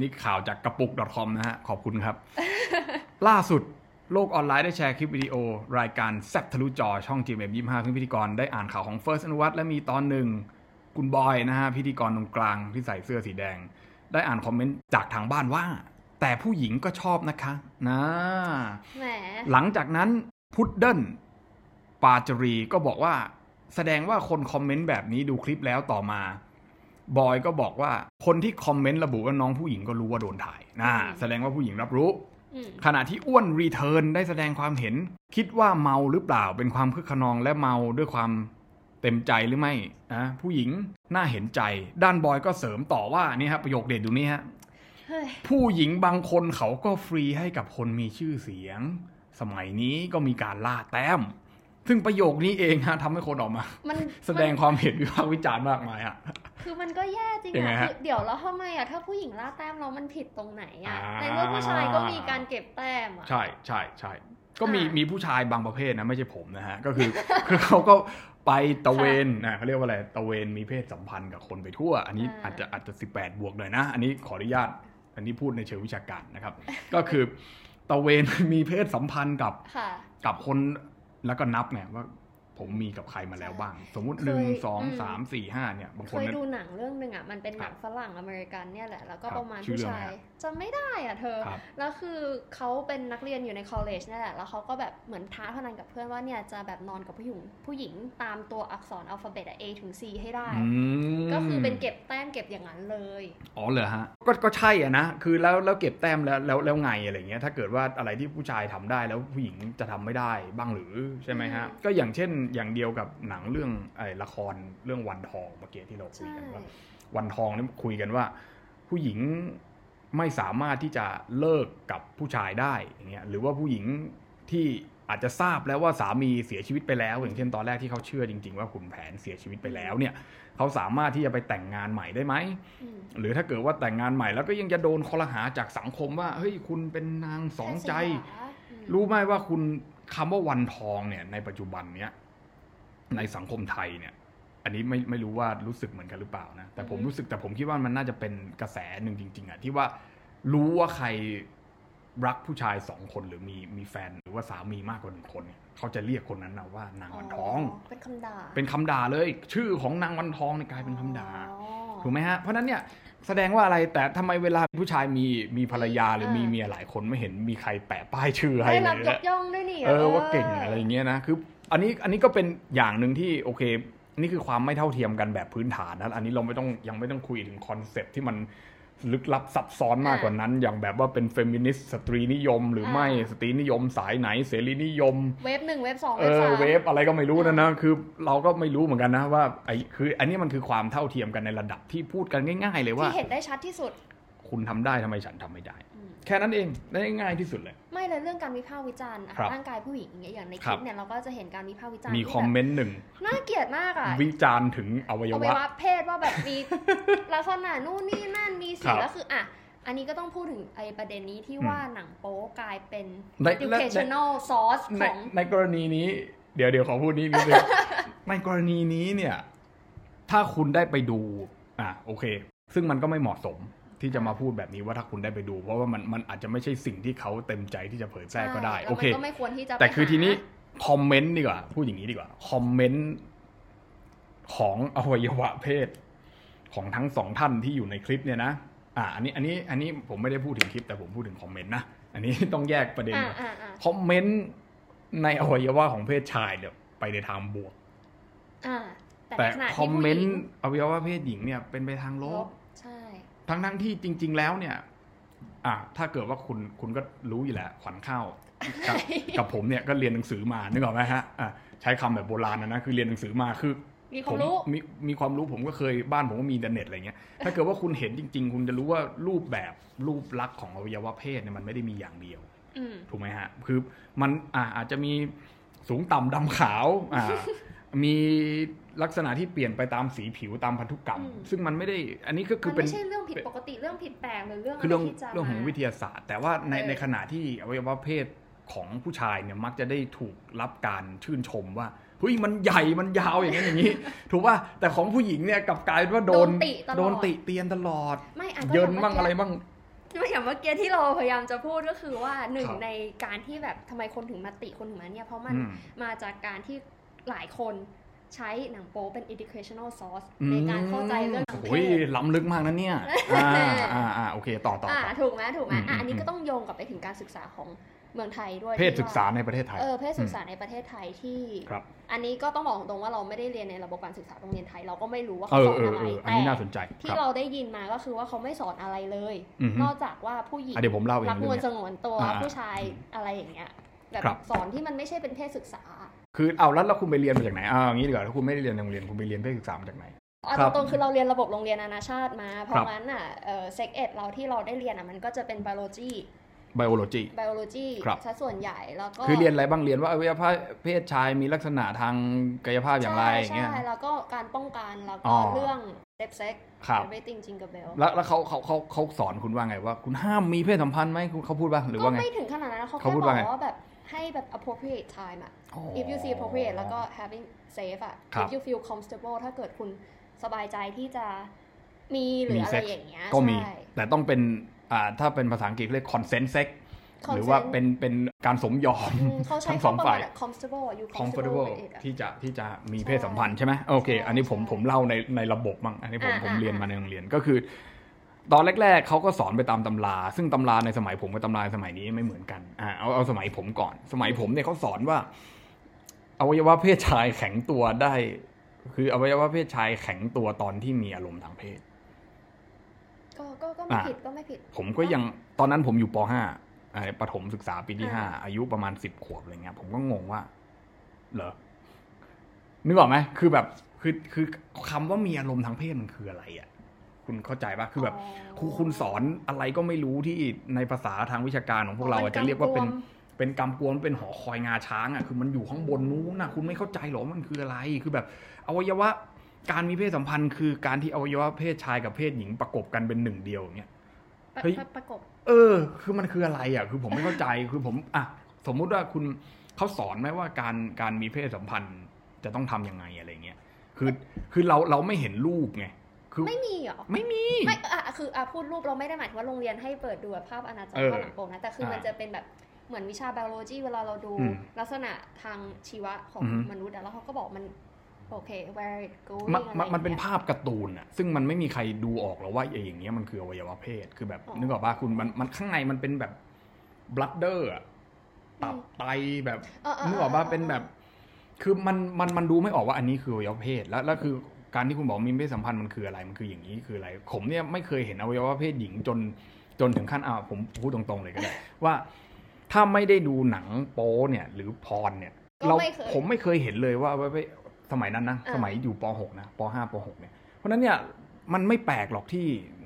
นี่ข่าวจากกระปุก .com นะฮะ ขอบคุณ ครับ ล่าสุดโลกออนไลน์ได้แชร์คลิปวิดีโอ รายการแซบทะลุจอช่อง GMM ยี่สิบห้าซึ่งพิธีกรได้อ่านข่าวของเฟิร์สอนุวัตและมีตอนหนึ่ง คุณบอยนะฮะ พิธีกรตรงกลางที่ใส่เสื้อสีแดง ได้อ่านคอมเมนต์จากทางบ้านว่า แต่ผู้หญิงก็ชอบนะคะนะ
แหม
หลังจากนั้นพุดเดิ้ลปาจารีก็บอกว่า แสดงว่าคนคอมเมนต์แบบนี้ดูคลิปแล้วต่อมา บอยก็บอกว่าคนที่คอมเมนต์ระบุว่าน้องผู้หญิงก็รู้ว่าโดนถ่ายนะ
อืม
แสดงว่าผู้หญิงรับรู้
อืม
ขณะที่อ้วนรีเทิร์นได้แสดงความเห็น คิดว่าเมาหรือเปล่าเป็นความคึกขนองและเมาด้วยความเต็มใจหรือไม่นะผู้หญิงน่าเห็นใจ ด้านบอยก็เสริมต่อว่านี่ฮะประโยคเด็ดอยู่นี่ฮะ
เฮ้ย
ผู้หญิงบางคนเขาก็ฟรีให้กับคนมีชื่อเสียง สมัยนี้ก็มีการล่าแต้ม ซึ่งประโยคนี้เองฮะทำให้คนออกมา
มัน
แสดงความเห็นวิพากษ์วิจารณ์มากมายอ่ะ
คือมันก็แย่จริง
ยังไง
อะ
ฮะ
คือเดี๋ยวแล้วทำไมอะถ้าผู้หญิงล่าแต้มเรามันผิดตรงไหนอะ
อ่า
ในเมื่อผู้ชายก็มีการเก็บแต้มอะ
ใช่ใช่ใช่ก็มี
อ่ามี
มีผู้ชายบางประเภทนะไม่ใช่ผมนะฮะ ก็คือ คือเขาก็ไปตะเวนนะเขาเรียกว่าอะไรตะเวนมีเพศสัมพันธ์กับคนไปทั่ว อันนี้
อ่า
อาจจะอาจจะ 18 บวกหน่อยนะ อันนี้ขออนุญาต อันนี้พูดในเชิงวิชาการนะครับ ก็คือตะเวนมีเพศสัมพันธ์กับ
ค่ะ
กับคนแล้วก็นับไงว่าผมมีกับใครมาแล้วบ้าง สมมุติ
เคย
หนึ่งสอง
อืม
สามสี่ห้าเนี่ย บาง
เค
คน
ย
นั้น
ดูหนังเรื่องหนึ่งอ่ะ มันเป็นหนังฝรั่งอเมริกันเนี่ยแหละ แล้วก็
ครับ
ประมาณ
ชื่อ
ผู้
เรื่อง
ชาย
อะไรอะ
จำไม่ได้อ่ะเธอ
ครับ
แล้วคือเขาเป็นนักเรียนอยู่ใน college เนี่ยแหละ แล้วเขาก็แบบเหมือนท้าพนันกับเพื่อนว่าเนี่ยจะแบบนอนกับผู้หญิงผู้หญิงตามตัวอักษรอัลฟาเบตอะ A ถึง C ให้ได้
อืม
ก็คือเป็นเก็บแต้มเก็บอย่างนั้นเลย
อ๋อเหรอฮะก็ก็ใช่อ่ะนะ คือแล้วแล้วเก็บแต้มแล้วแล้วแล้วไงอะไรเงี้ยถ้าเกิดว่าอะไรที่ผู้ชายทำได้แล้วผู้หญิงจะทำไม่ได้บ้างหรือใช่ไหมฮะ
อืม
ก็อย่างเช่นอย่างเดียวกับหนังเรื่องไอ้ละครเรื่องวันทองเมื่อกี้ที่เราคุย
ใช่
กันว่า วันทองนี่คุยกันว่า ผู้หญิงไม่สามารถที่จะเลิกกับผู้ชายได้อย่างเงี้ยหรือว่าผู้หญิงที่อาจจะทราบแล้วว่าสามีเสียชีวิตไปแล้ว อย่างเช่นตอนแรกที่เขาเชื่อจริง ๆ ว่าขุนแผนเสียชีวิตไปแล้วเนี่ยเขาสามารถที่จะไปแต่งงานใหม่ได้ไหม
อืม
หรือถ้าเกิดว่าแต่งงานใหม่แล้วก็ยังจะโดนข้อหาจากสังคมว่าเฮ้ยคุณเป็นนางสองใจ รู้ไหมว่าคุณคำว่าวันทองเนี่ย ในปัจจุบันเนี้ยในสังคมไทยเนี่ย อันนี้ไม่ไม่รู้ว่ารู้สึกเหมือนกันหรือเปล่านะ แต่ผม
อืม
รู้สึกแต่ผมคิดว่ามันน่าจะเป็นกระแสหนึ่งจริง ๆอะที่ว่ารู้ว่าใครรักผู้ชายสองคนหรือมีมีแฟนหรือว่าสามีมากกว่าหนึ่งคนเนี่ยเขาจะเรียกคนนั้นนะว่านางวันทอง
เป็นคำด่า
เป็นคำด่าเลย ชื่อของนางวันทองเนี่ยกลายเป็นคำด่า
อ๋อ
ถูกไหมฮะ เพราะฉะนั้นเนี่ยแสดงว่าอะไรแต่ทำไมเวลาผู้ชายมีมีภรรยาหรือมี
อ่า
เมียหลายคนไม่เห็นมีใครแปะป้ายชื่อให้
ได้
เล
รั
ยนะ
บยกย่องด้วยนี่
เออว่าเก่งอะไรอย่างเงี้ยนะคืออันนี้อันนี้ก็เป็นอย่างหนึ่งที่โอเค นี่คือความไม่เท่าเทียมกันแบบพื้นฐานนะอันนี้เราไม่ต้องยังไม่ต้องคุยถึงคอนเซปต์ที่มันลึกลับซับซ้อนมากกว่านั้น อย่างแบบว่าเป็นเฟมินิสต์สตรีนิยม หรือไม่สตรีนิยมสายไหน เสรีนิยม
เว็บหนึ่งเว็บสอง
เอ
เว็บ
อ
สาม
เวฟอะไรก็ไม่รู้นะนะคือเราก็ไม่รู้เหมือนกันนะว่าไอ้คือ อันนี้มันคือความเท่าเทียมกันในระดับที่พูดกันง่าย ๆ เลยว่า
ที่เห็นได้ชัดที่สุด
คุณทำได้ทำไมฉันทำไม่ได้
อืม
แค่นั้นเองได้ง่ายที่สุดเลย
ไม่เลยเรื่องการวิพากษ์วิจารณ์อะ
ครับ
ร่างกายผู้หญิงอย่างเงี้ยอย่างในค
ครั
ลิ
บ
ปเนี่ยเราก็จะเห็นการวิพากษ์วิจารณ์
มี
ที่
คอมเม
แบบ
นต์หนึ่ง
น่าเกลียดมากอ่ะ
วิจารณ์ถึงอวัย
อวัยว
ะ
วะเพศว่าแบบมี ลักษณะนู่นนี่นั่นมี
ครั
สี
บ
แล้วคืออ่ะอันนี้ก็ต้องพูดถึงไอ้ประเด็นนี้ที่
อืม
ว่าหนังโป๊กลายเป็น
ในและ
educational source
ใน
ของ
ในกรณีนี้ เดี๋ยวเดี๋ยวขอพูดนี้ นิดนึง ในกรณีนี้เนี่ย ถ้าคุณได้ไปดู อ่ะโอเค ซึ่งมันก็ไม่เหมาะสมที่จะมาพูดแบบนี้ว่าถ้าคุณได้ไปดู เพราะว่ามันมันอาจจะไม่ใช่สิ่งที่เขาเต็มใจที่จะเผยแพร่ก็ได้
ใช่
โอเค
แล้วมันก็ไม่ควรที่จะ
แต่คือ
ไปหา
ทีนี้คอมเมนต์ดีกว่า พูดอย่างนี้ดีกว่า คอมเมนต์ของอวัยวะเพศ ของทั้งสองท่านที่อยู่ในคลิปเนี่ยนะอ่ะอันนี้อันนี้อันนี้ผมไม่ได้พูดถึงคลิป แต่ผมพูดถึงคอมเมนต์นะอันนี้ ต้องแยกประเด็น
อ่า
ก่อน
อ่าอ่า
คอมเมนต์ในอวัยวะของเพศชายเนี่ยไปในทางบวก
อ่าแต่
แต่
ในขณะ
คอ
ที่
ม
ผู้
เม
หญิ
น
ง
ต์อวัยวะเพศหญิงเนี่ยเป็นไปทางล
ล
บบ
ใช่
ทั้งทั้งๆที่จริง ๆ แล้วเนี่ย อ่ะถ้าเกิดว่าคุณคุณก็รู้อยู่แหละขวัญเข้ากับ กับผมเนี่ยก็เรียนหนังสือมานึกออกไหมฮะอ่ะใช้คำแบบโบราณนะนะคือเรียนหนังสือมาคือ
มีความรู้
มีมีความรู้ผมก็เคยบ้านผมก็มีอินเทอร์เน็ตอะไรเงี้ย ถ้าเกิดว่าคุณเห็นจริง ๆ คุณจะรู้ว่ารูปแบบรูปลักษณ์ของอวัยวะเพศเนี่ยมันไม่ได้มีอย่างเดียว
อืม
ถูกไหมฮะ คือมันอ่าอาจจะมีสูงต่ำดำขาว อ่า มีลักษณะที่เปลี่ยนไปตามสีผิวตามพันธุกรรม
อืม
ซึ่งมันไม่ได้อันนี้ก็คือ
มั
น เป็น
ไม่ใช่เรื่องผิดปกติเรื่องผิดแปลกหรือเรื่องอะ
คือ
ไร
เรื่อง
ที่จะ
เรื่องของ
มา
วิทยาศาสตร์ แต่ว่าใน
เออ
ในขณะที่อวัยวะเพศของผู้ชายเนี่ยมักจะได้ถูกรับการชื่นชมว่าเฮ้ยมันใหญ่มันยาวอย่างนั้นอย่างนี้ ถูกป่ะแต่ของผู้หญิงเนี่ยกลับกลายเป็นว่าโดน
ติตลอด
โดนติเตียนตลอด
ไม่อ่ะ
เยินบ้างอะไรบ้าง
ก็อย่างเมื่อกี้ที่เราพยายามจะพูดก็คือว่าหนึ่ง
ครับ
ในการที่แบบทำไมคนถึงมาติคนถึงมาเนี่ยเพราะมัน
อืม
มาจากการที่หลายคนใช้หนังโป๊เป็น educational source
อืม
ในการเข้าใจเรื่องทางเพ
โอ้ย
ศ
ล้ำลึกมากนะเนี่ย อ่าอ่าอ่าโอเคต่อต่อ
อ่า
ต่อ
ถูกไหมถูกไหม
อืมอื
อ่ะ
ม
อันนี้ก็ต้องโยงกลับไปถึงการศึกษาของเมืองไทยด้วย
เพศศึกษา
ที่ว่
ในประเทศไทย
เออเพศศึกษาในประเทศไทยที่
ครับ
อันนี้ก็ต้องบอกตรงๆว่าเราไม่ได้เรียนในระบบการศึกษาโรงเรียนไทย เราก็ไม่รู้ว่า
เอ
เขาส
อ
อน
เออ
อะไร
เอออัน
แต่
นี้น่าสนใจค
ที่
รับ
เราได้ยินมาก็คือว่าเขาไม่สอนอะไรเลย
อือฮึ
นอกจากว่าผู้หญิง
อ่ะเดี๋ยวผมเล่าเอง
รัก
เรื่อง
นวล
เนี้ย
สงวนตัว
อ่า
ผู้ชายอะไรอย่างเงี้ยแบบ
ครับ
สอนที่มันไม่ใช่เป็นเพศศึกษา
คือเอาแล้วแล้วคุณไปเรียนมาจากไหนอ่าอย่างนี้ดีกว่าถ้าคุณไม่ได้เรียนในโรงเรียนคุณไปเรียนเพศศึกษามาจากไหน
เอา
ครับ
ตรงๆคือเราเรียนระบบโรงเรียนนานาชาติมา เพ
ครั
ราะ
บ
งั้นอ่ะเซ็กเอ่อ็ดเราที่เราได้เรียนอ่ะมันก็จะเป็นไบโอโลจี
ไบโอโลจี
ไบโอโลจี
ครับ
ซะส่วนใหญ่แล้วก็
คือเรียนอะไรบ้างเรียนว่าอวัยวะเพศชายมีลักษณะทางกายภาพอย่างไรอย่าง
ใช่
เงี้ย
ใช่แล้วก็การป้องกันแล้ว
อ๋
ก็
อ
เรื่องเซ็กเซ็ก
ครับ
เวติงจิงกับเบล
แล้วแล้วเขาเขาเขาเขาสอนคุณว่าไงว่า คุณห้ามมีเพศสัมพันธ์ไหมคุณเขาพูดป่ะหรือ
ก็
ว่าไง
ไม่ถึงขนาดนั้นนะเขา
เขา
แค่
พูด
บ
ว่าไง
อกว่าแบบให้แบบ appropriate time อ่ะ
อ๋อ
if you see appropriate แล้วก็ having safe อ่ะ
ครับ
if you feel comfortable ถ้าเกิดคุณสบายใจที่จะมีหรือ
มี
อะ
เซ็ก
ไร
ซ์
อย่างเงี้ย
ก็มี
ใช่
แต่ต้องเป็นอ่าถ้าเป็นภาษาอังกฤษเรียก consent sex หรือ
consent
ว่าเป็นเป็นการสมยอม
อืมเขาใช้
ทั้งสอง
คำป
ฝ่าม
ระาย ณแบบ comfortable อยู่
comfortable
comfortable with it อะ
ที่จะที่จะมี
ใช่
เพศสัมพันธ์ใช่ไหมโอเค
ใช่
อันนี้ผม
ใช่
ผมเล่าในในระบบมั่งอันนี้ผม
อ่า
ผม
อ่า
เรียนมาในโรงเรียนก็คือ ตอนแรก ๆเขาก็สอนไปตามตำรา ซึ่งตำราในสมัยผมกับตำราในสมัยนี้ไม่เหมือนกันอ่าเอาเอาสมัยผมก่อน สมัยผมเนี่ยเขาสอนว่า อวัยวะเพศชายแข็งตัวได้ คืออวัยวะเพศชายแข็งตัวตอนที่มีอารมณ์ทางเพศ
ก็ก็ก็ไม่
อ่ะ
ผิดก็ไม่ผิด
ผมก็ยังตอนนั้นผมอยู่ป .5 อ่าประถมศึกษาปีที่
อ่า
ห้าอายุประมาณสิบขวบอะไรเงี้ยผมก็งงว่า เหรอนึกออกไหมคือแบบคือคือคำว่ามีอารมณ์ทางเพศมันคืออะไรอ่ะ คุณเข้าใจปะคือแบบครูคุณสอนอะไรก็ไม่รู้ที่ในภาษาทางวิชาการของพวกเราอาจจะเรียกว่าเป็น
อ๋อ
เป็นกำกวมเป็นหอคอยงาช้างอ่ะคือมันอยู่ข้างบนนู้นนะคุณไม่เข้าใจหรอว่ามันคืออะไร คือแบบ อวัยวะ การมีเพศสัมพันธ์คือการที่อวัยวะเพศชายกับเพศหญิงประกบกันเป็นหนึ่งเดียวอย่างเงี้ย
มันกำกวม
เฮ้ย
ปะปะประกบ
เออ คือมันคืออะไรอ่ะ คือผมไม่เข้าใจ คือผม อ่ะ สมมุติว่าคุณเขาสอนไหมว่าการ การมีเพศสัมพันธ์จะต้องทำยังไงอะไรเงี้ย คือ คือเรา เราไม่เห็นรูปไง คือ
ไม่มีเหรอ
ไม่มี
ไม่อ่ะคืออ่ะพูดรูปเราไม่ได้หมายถึงว่าโรงเรียนให้เปิดดูแบบภาพอนาจาร
เออ
ภาพหลังโปงนะแต่คือมัน
อ่า
จะเป็นแบบเหมือนวิชาไบโอโลจีเวลาเราดู
อืม
ลักษณะทางชีวะของ
อือฮึ
มนุษย์อะแล้วเขาก็บอกมันโอเค where it going
มัน
อะไร
มันมันเป็น
อย่างงี้ย
ภาพการ์ตูนอ่ะ ซึ่งมันไม่มีใครดูออกหรอกว่าไอ้อย่างเงี้ยมันคืออวัยวะเพศ คือแบบ
อ๋อ
นึกออกป่ะคุณ มัน มันข้างในมันเป็นแบบบลัดเดอร์ตับ
อืม
ไตแบบ
เออเออ
นึกออกว่าเป็นแบบ คือมันมันมันดูไม่ออกว่าอันนี้คืออวัยวะเพศ แล้วแล้วคือการที่คุณบอกมีเพศสัมพันธ์มันคืออะไรมันคืออย่างนี้คืออะไร ผมเนี่ยไม่เคยเห็นอวัยวะเพศหญิงจนจนถึงขั้นอ่าผมพูดตรงๆเลยก็ได้ ว่าถ้าไม่ได้ดูหนังโป๊เนี่ย หรือพรเนี่ย
ก็
เรา
ไม่เคย
ผมไม่เคยเห็นเลยว่าว่าว่าสมัยนั้นนะ
อ่า
สมัยอยู่ป .6 นะป .5 ป .6 เนี่ยเพราะฉะนั้นเนี่ยมันไม่แปลกหรอกที่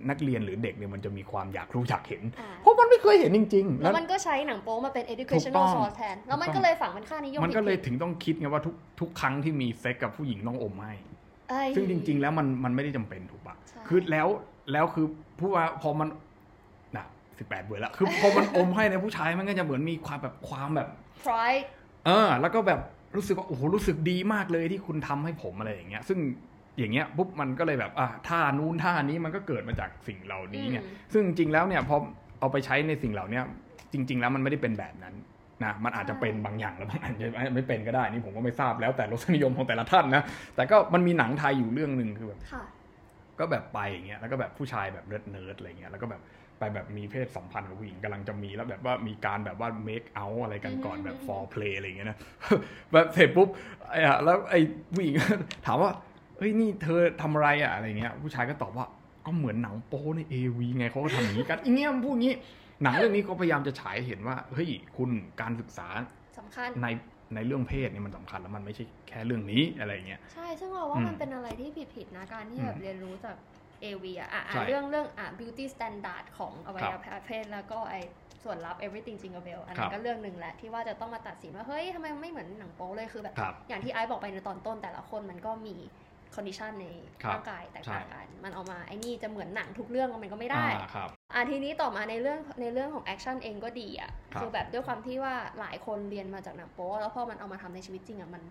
นักเรียนหรือเด็กเนี่ยมันจะมีความอยากรู้อยากเห็น
อ่า
เพราะมันไม่เคยเห็นจริง ๆ
แล้วมันก็ใช้หนังโป๊มาเป็น educational
ถูกต้อง
source แทนแล้วมันก็เลยฝังเป็นค่านิยม
มันก็เลย
ผิด
ถึงต้องคิดไงว่าทุกทุกครั้งที่มีเซ็กกับผู้หญิงต้องอมให้
ๆเอ้ย
ซึ่งจริง ๆ แล้วมันมันไม่ได้จำเป็นถูกปะ
ใช่
คือแล้วแล้วคือผู้ว่าพอมันนะสิบแปดเบื่อแล้วคือพอมัน อมให้ในยผู้ชายมันก็จะเหมือนมีความแบบความแบบ
pride
เออ แล้วก็แบบรู้สึกว่าโอ้โหรู้สึกดีมากเลยที่คุณทำให้ผมอะไรอย่างเงี้ย ซึ่งอย่างเงี้ยปุ๊บมันก็เลยแบบอ่ะท่านู้นท่านี้มันก็เกิดมาจากสิ่งเหล่านี้เนี่ย
อืม
ซึ่งจริงๆแล้วเนี่ยพอเอาไปใช้ในสิ่งเหล่าเนี้ยจริง ๆ แล้วมันไม่ได้เป็นแบบนั้นนะมันอาจจะเป็นบางอย่างแล้วบางอันจะไม่เป็นก็ได้นี่ผมก็ไม่ทราบแล้วแต่รสนิยมของแต่ละท่านนะแต่ก็มันมีหนังไทยอยู่เรื่องหนึ่งคือแบบ
ค่ะ
ก็แบบไปอย่างเงี้ยแล้วก็แบบผู้ชายแบบเนิร์ดเนิร์ดอะไรเงี้ยแล้วก็แบบไปแบบมีเพศสัมพันธ์กับผู้หญิงกำลังจะมีแล้วแบบว่ามีการแบบว่าเมคเอาท์อะไรกันก่อน
อืม
แบบ for play อะไรเงี้ยนะ แบบเสร็จปุ๊บไอ้อะแล้วไอ้ผู้หญิง ถามว่าเฮ้ยนี่เธอทำอะไรอะอะไรเงี้ยผู้ชายก็ตอบว่าก็เหมือนหนังโป้ในเอวีไงเขาก็ทำอย่างนี้กันอีเงี้ยมันพูดอย่างนี้ หนังเรื่องนี้ก็พยายามจะฉายให้เห็นว่าเฮ้ยคุณการศึกษา
สำคัญ
ในในเรื่องเพศเนี่ยมันสำคัญแล้วมันไม่ใช่แค่เรื่องนี้อะไรอย่างเงี้ย
ใช่ ซึ่งเราว่า
อืม
มันเป็นอะไรที่ผิดผิดๆนะ การที่
อืม
แบบเรียนรู้จากเอวีอะอ่ะอ่ะ
ใช่
เรื่องเรื่องอ่ะ beauty standard ของอวัย
ครั
วะเพศแล้วก็ไอส่วนลับ everything jingle bell อัน
ครับ
นั้นก็เรื่องหนึ่งแหละ ที่ว่าจะต้องมาตัดสินว่า เฮ้ยทำไมไม่เหมือนหนังโป๊เลยคือแบบ
ครับ
อย่างที่ไอซ์บอกไปในตอนต้นแต่ละคนมันก็มี condition ใน
ครับ
ร่างกายแตกต่างกัน มันเออกมาไอ้นี่จะเหมือนหนังทุกเรื่องมันก็ไม่ได้
าครับ
อ่ะทีนี้ต่อมาในเรื่องในเรื่องของแอคชั่นเองก็ดีอ่ะ
ครับ
คือแบบด้วยความที่ว่าหลายคนเรียนมาจากหนังโป๊แล้วพอมันเอามาทำในชีวิตจริงอ่ะมัน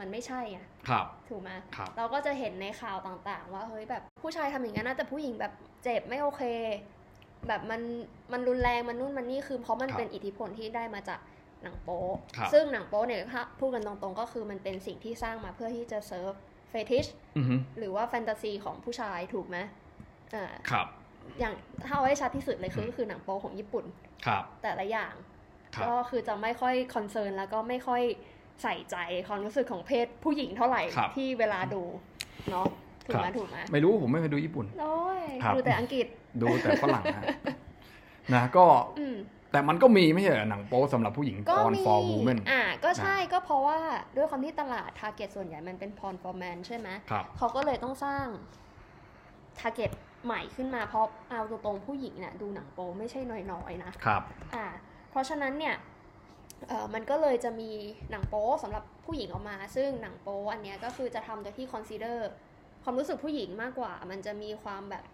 มันไม่ใช่อ่ะ
ครับ
ถูกไหม
ครับ
เราก็จะเห็นในข่าวต่างๆ ว่าเฮ้ยแบบผู้ชายทำอย่างนั้นนะแต่ผู้หญิงแบบเจ็บไม่โอเค แบบมันมันรุนแรงมันนู่นมันนี่คือเพราะมัน
ครับ
เป็นอิทธิพลที่ได้มาจากหนังโป๊
ครับ
ซึ่งหนังโป๊เนี่ยถ้าพูดกันตรงๆก็คือมันเป็นสิ่งที่สร้างมาเพื่อที่จะเซิร์ฟเฟติช
อือฮึ
หรือว่าแฟนตาซีของผู้ชายถูกไหมอ่า
ครับ
อย่างถ้าเอาให้ชัดที่สุดเลยคือ
อืม
ก็คือหนังโป๊ของญี่ปุ่น
ครับ
แต่ละอย่าง
ครับ
ก็คือจะไม่ค่อยคอนเซิร์นแล้วก็ไม่ค่อยใส่ใจความรู้สึกของเพศผู้หญิงเท่าไหร่
ครับ
ที่เวลาดูเนาะถูกไหม
ครับ
ถูกไหม
ไม่รู้ผมไม่เคยดูญี่ปุ่น
โอ้ย
ครับ
ดูแต่อังกฤษ
ดูแต่ฝรั่ง นะ นะก็
อืม
แต่มันก็มีไม่ใช่เหรอหนังโป๊สำหรับผู้หญิง
ก็
Porn
มี
for Women
อ่ะก็ใช่ก็เพราะว่าด้วยความที่ตลาดทาร์เก็ตส่วนใหญ่มันเป็นพรฟอร์แมนใช่ไหม
ครับ
เขาก็เลยต้องสร้างทาร์เก็ตใหม่ขึ้นมาเพราะเอาตรงๆผู้หญิงเนี่ยดูหนังโป๊ไม่ใช่น้อยๆนะ
ครับ
อ่าเพราะฉะนั้นเนี่ยเอ่อมันก็เลยจะมีหนังโป๊สำหรับผู้หญิงออกมา ซึ่งหนังโป๊อันเนี้ยก็คือจะทำโดยที่ consider ความรู้สึกผู้หญิงมากกว่า มันจะมีความแบบ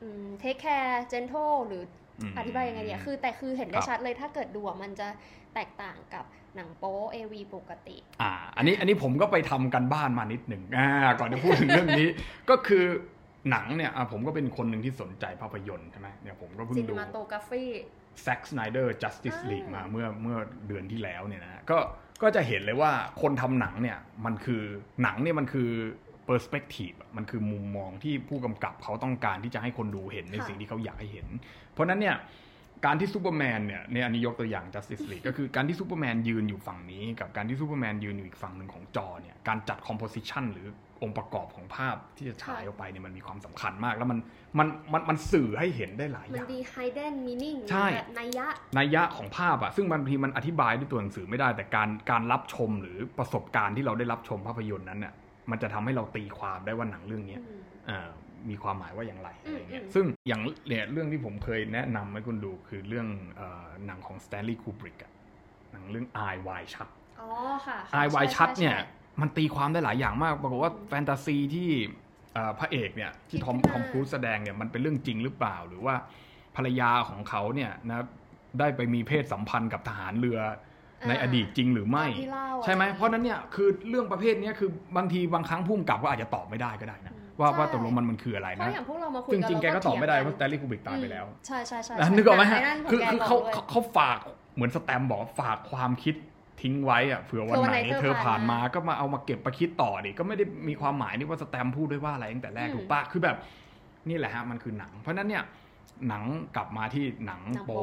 อืม take care gentle หรือออธิบายยังไงเดียคือแต่คือเห็นได้
ครับ
ชัดเลยถ้าเกิดดูอะมันจะแตกต่างกับหนังโป๊ AV ปกติ
อ่า อันนี้อันนี้ผมก็ไปทำกันบ้านมานิดหนึ่งอ่าก่อนจะพูดถึงเรื่องนี้ ก็คือหนังเนี่ยอ่ะผมก็เป็นคนหนึ่งที่สนใจภาพยนตร์ใช่ไหมเนี่ยผมก็เพิ่งดู
cinematography
แซ็กสไนเดอร์ justice
อ่า
league มาเมื่อเมื่อเดือนที่แล้วเนี่ยนะก็ก็จะเห็นเลยว่าคนทำหนังเนี่ยมันคือหนังเนี่ยมันคือ perspective อะมันคือมุมมองที่ผู้กำกับเขาต้องการที่จะให้คนดูเห็นใน
ค่ะ
สิ่งที่เขาอยากให้เห็น เพราะฉะนั้นเนี่ยการที่ซูเปอร์แมนเนี่ยเนี่ยอันนี้ยกตัวอย่าง justice league ก็คือการที่ซูเปอร์แมนยืนอยู่ฝั่งนี้ กับการที่ซูเปอร์แมนยืนอยู่อีกฝั่งหนึ่งของจอเนี่ยการจัด composition หรือองค์ประกอบของภาพที่จะฉายออกไปเนี่ยมันมีความสำคัญมาก แล้วมันมันมันมันสื่อให้เห็นได้หลายอ
มัน
ย่าง
ดี hidden meaning
ใช่
แบบนัยยะ
นัยยะของภาพอะซึ่งบางทีมันอธิบายด้วยตัวหนังสือไม่ได้ แต่การการรับชมหรือประสบการณ์ที่เราได้รับชมภาพยนตร์นั้นเนี่ยมันจะทำให้เราตีความได้ว่าหนังเรื่องเนี้ย
อืม
เอ่อมีความหมายว่าอย่างไรอะไรเงี้ย
อืมอืม
ซึ่งอย่างเนี่ยเรื่องที่ผมเคยแนะนำให้คุณดูคือเรื่องเอ่อหนังของ Stanley Kubrick อะหนังเรื่อง Eye Wide Shut
อ๋อค่ะค่ะ
Eye
ใ
Wide Shut
ใ
เนี่ยมันตีความได้หลายอย่างมากปรากฏว่า
อืม
แฟนตาซีที่เอ่อพระเอกเนี่ยที่ทอมทอ
คิดขึ้นมา
มครูซแสดงเนี่ยมันเป็นเรื่องจริงหรือเปล่า หรือว่าภรรยาของเขาเนี่ยนะได้ไปมีเพศสัมพันธ์กับทหารเรือในอดีตจริงหรือไม่
ตามที่เล่าอะ
ใช่ไหม
จ
เพราะฉะนั้นเนี่ยคือเรื่องประเภทเนี้ยคือบางทีบางครั้งผู้กำกับก็อาจจะตอบไม่ได้ก็ได้นะ
อืม
ว่า
ใช่
ว่าตกลงมันมันคืออะไรนะ
เพราะอย่างพวกเรามาคุย
ซึ่ง
กัน
จริงๆแกก็ตอบไม่ได้เพราะสแตลลี่คูบิกตายไปแล้ว
ใช่ใช่ใช่
นะ
ใช่
นึกออกไหมฮะ
ในั่นขง
คือ
แก
คือ
ก่น
เขา
ด้วย
เขาเขาฝากเหมือนสแตมป์บอกว่าฝากความคิดทิ้งไว้อะเผื่อวัน
เผื่อวัน
ไหน
ไหนเธอ
เธอผ่าน
ผ่าน
มา
มา
ก็มาเอามาเก็บประคิดต่อดิก็ไม่ได้มีความหมายนี่ว่าสแตมป์พูดด้วยว่าอะไรตั้งแต่แรก
อืม
ถูกปะคือแบบนี่แหละฮะมันคือหนัง เพราะฉะนั้นเนี่ยหนังกลับมาที่หนัง
หนังโป๊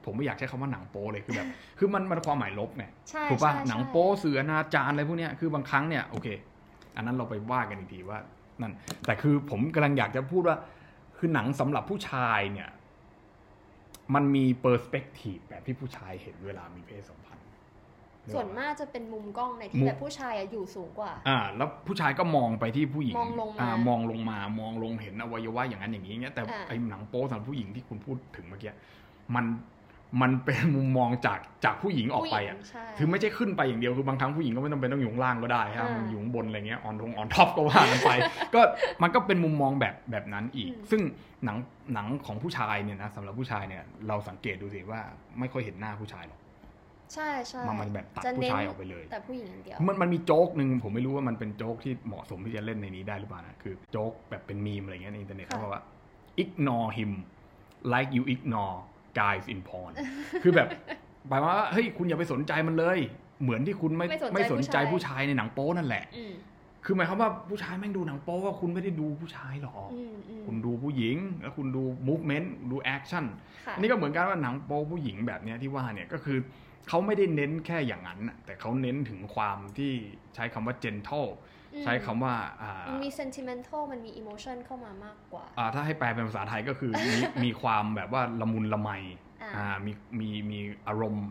โป๊ผมไม่อยากใช้คำว่าหนังโป๊เลยคือแบบ คือมันมันความหมายลบไง
ใช่
ถูกปะ
ใช่
หนัง
ใช่
โป๊เสืออนาจารอะไรพวกเนี้ยคือบางครั้งเนี่ยโอเค อันนั้นเราไปว่ากันอีกทีว่านั่นแต่คือผมกำลังอยากจะพูดว่า คือหนังสำหรับผู้ชายเนี่ย มันมีเปอร์สเปกทีฟแบบที่ผู้ชายเห็นเวลามีเพศสัมพันธ์
ส่วนมากจะเป็นมุมกล้องในที่แบบผู้ชายอะอยู่สูงกว่า
อ่า แล้วผู้ชายก็มองไปที่ผู้หญิง
มองลงมา
อ่มองลงมามองลงเห็นอวัยวะอย่างนั้นอย่างนี้เงี้ยแต่
อ่า
ไอ้หนังโป๊สำหรับผู้หญิงที่คุณพูดถึงเมื่อกี้มันมันเป็นมุมมองจากจากผู้หญิงออก
ผู้ห
ไป
ญิ
อ่ะ
งใช่
คือไม่ใช่ขึ้นไปอย่างเดียว คือบางครั้งผู้หญิงก็ไม่จำเป็นต้องอยู่ข้างล่างก็ได้ครับ
อ่ามั
อยู่ข้างบนอะไรเงี้ยออนทงออนท็อปก็ว่ากันไป ก็มันก็เป็นมุมมองแบบแบบนั้นอีก
อืม
ซึ่งหนังหนังของผู้ชายเนี่ยนะสำหรับผู้ชายเนี่ยเราสังเกตดูสิว่าไม่ค่อยเห็นหน้าผู้ชายหรอก
ใช่ใช่
มันมันแบบตัด
จะ
ผู้
เน้น
ชายออกไปเลย
แต่ผู้หญิงอย่างเดียว
มันมันมีโจ๊กหนึ่งผมไม่รู้ว่ามันเป็นโจ๊กที่เหมาะสมที่จะเล่นในนี้ได้หรือเปล่านะคือโจ๊กแบบเป็นมีมอะไรเงี้ยในอินเทอร์เน็ต
ค่ะ
เขาบอกว่า ignore him like you ignore guys in porn คือ แบบหมายความว่าเฮ้ยคุณอย่าไปสนใจมันเลย เหมือนที่คุณไม่
ไม่สนใจ
ไม่สนใจ
ผู้
ผู้ชา
ชาย ย
ในหนังโป๊นั่นแหละ
อืม
คือหมายความว่าผู้ชายแม่งดูหนังโป๊ว่าคุณไม่ได้ดูผู้ชายหรอก
อืมอืม
คุณดูผู้หญิง แล้วคุณดูมูฟเมนต์ดูแอคชั่น
ค่ะ
อันนี้ก็เหมือนกันว่าหนังโป๊ผู้หญิงแบบเนี้ยที่ว่าเนี่ยก็คือเขาไม่ได้เน้นแค่อย่างนั้นน่ะแต่เขาเน้นถึงความที่ใช้คำว่า gentle
อืม
ใช้คำว่าอ่า
มันมี sentimental มันมี emotion เข้ามามากกว่า
อ่า ถ้าให้แปลเป็นภาษาไทยก็คือมี มีความแบบว่าละมุนละไม
อ่า
อ่ามีมีมีอารมณ์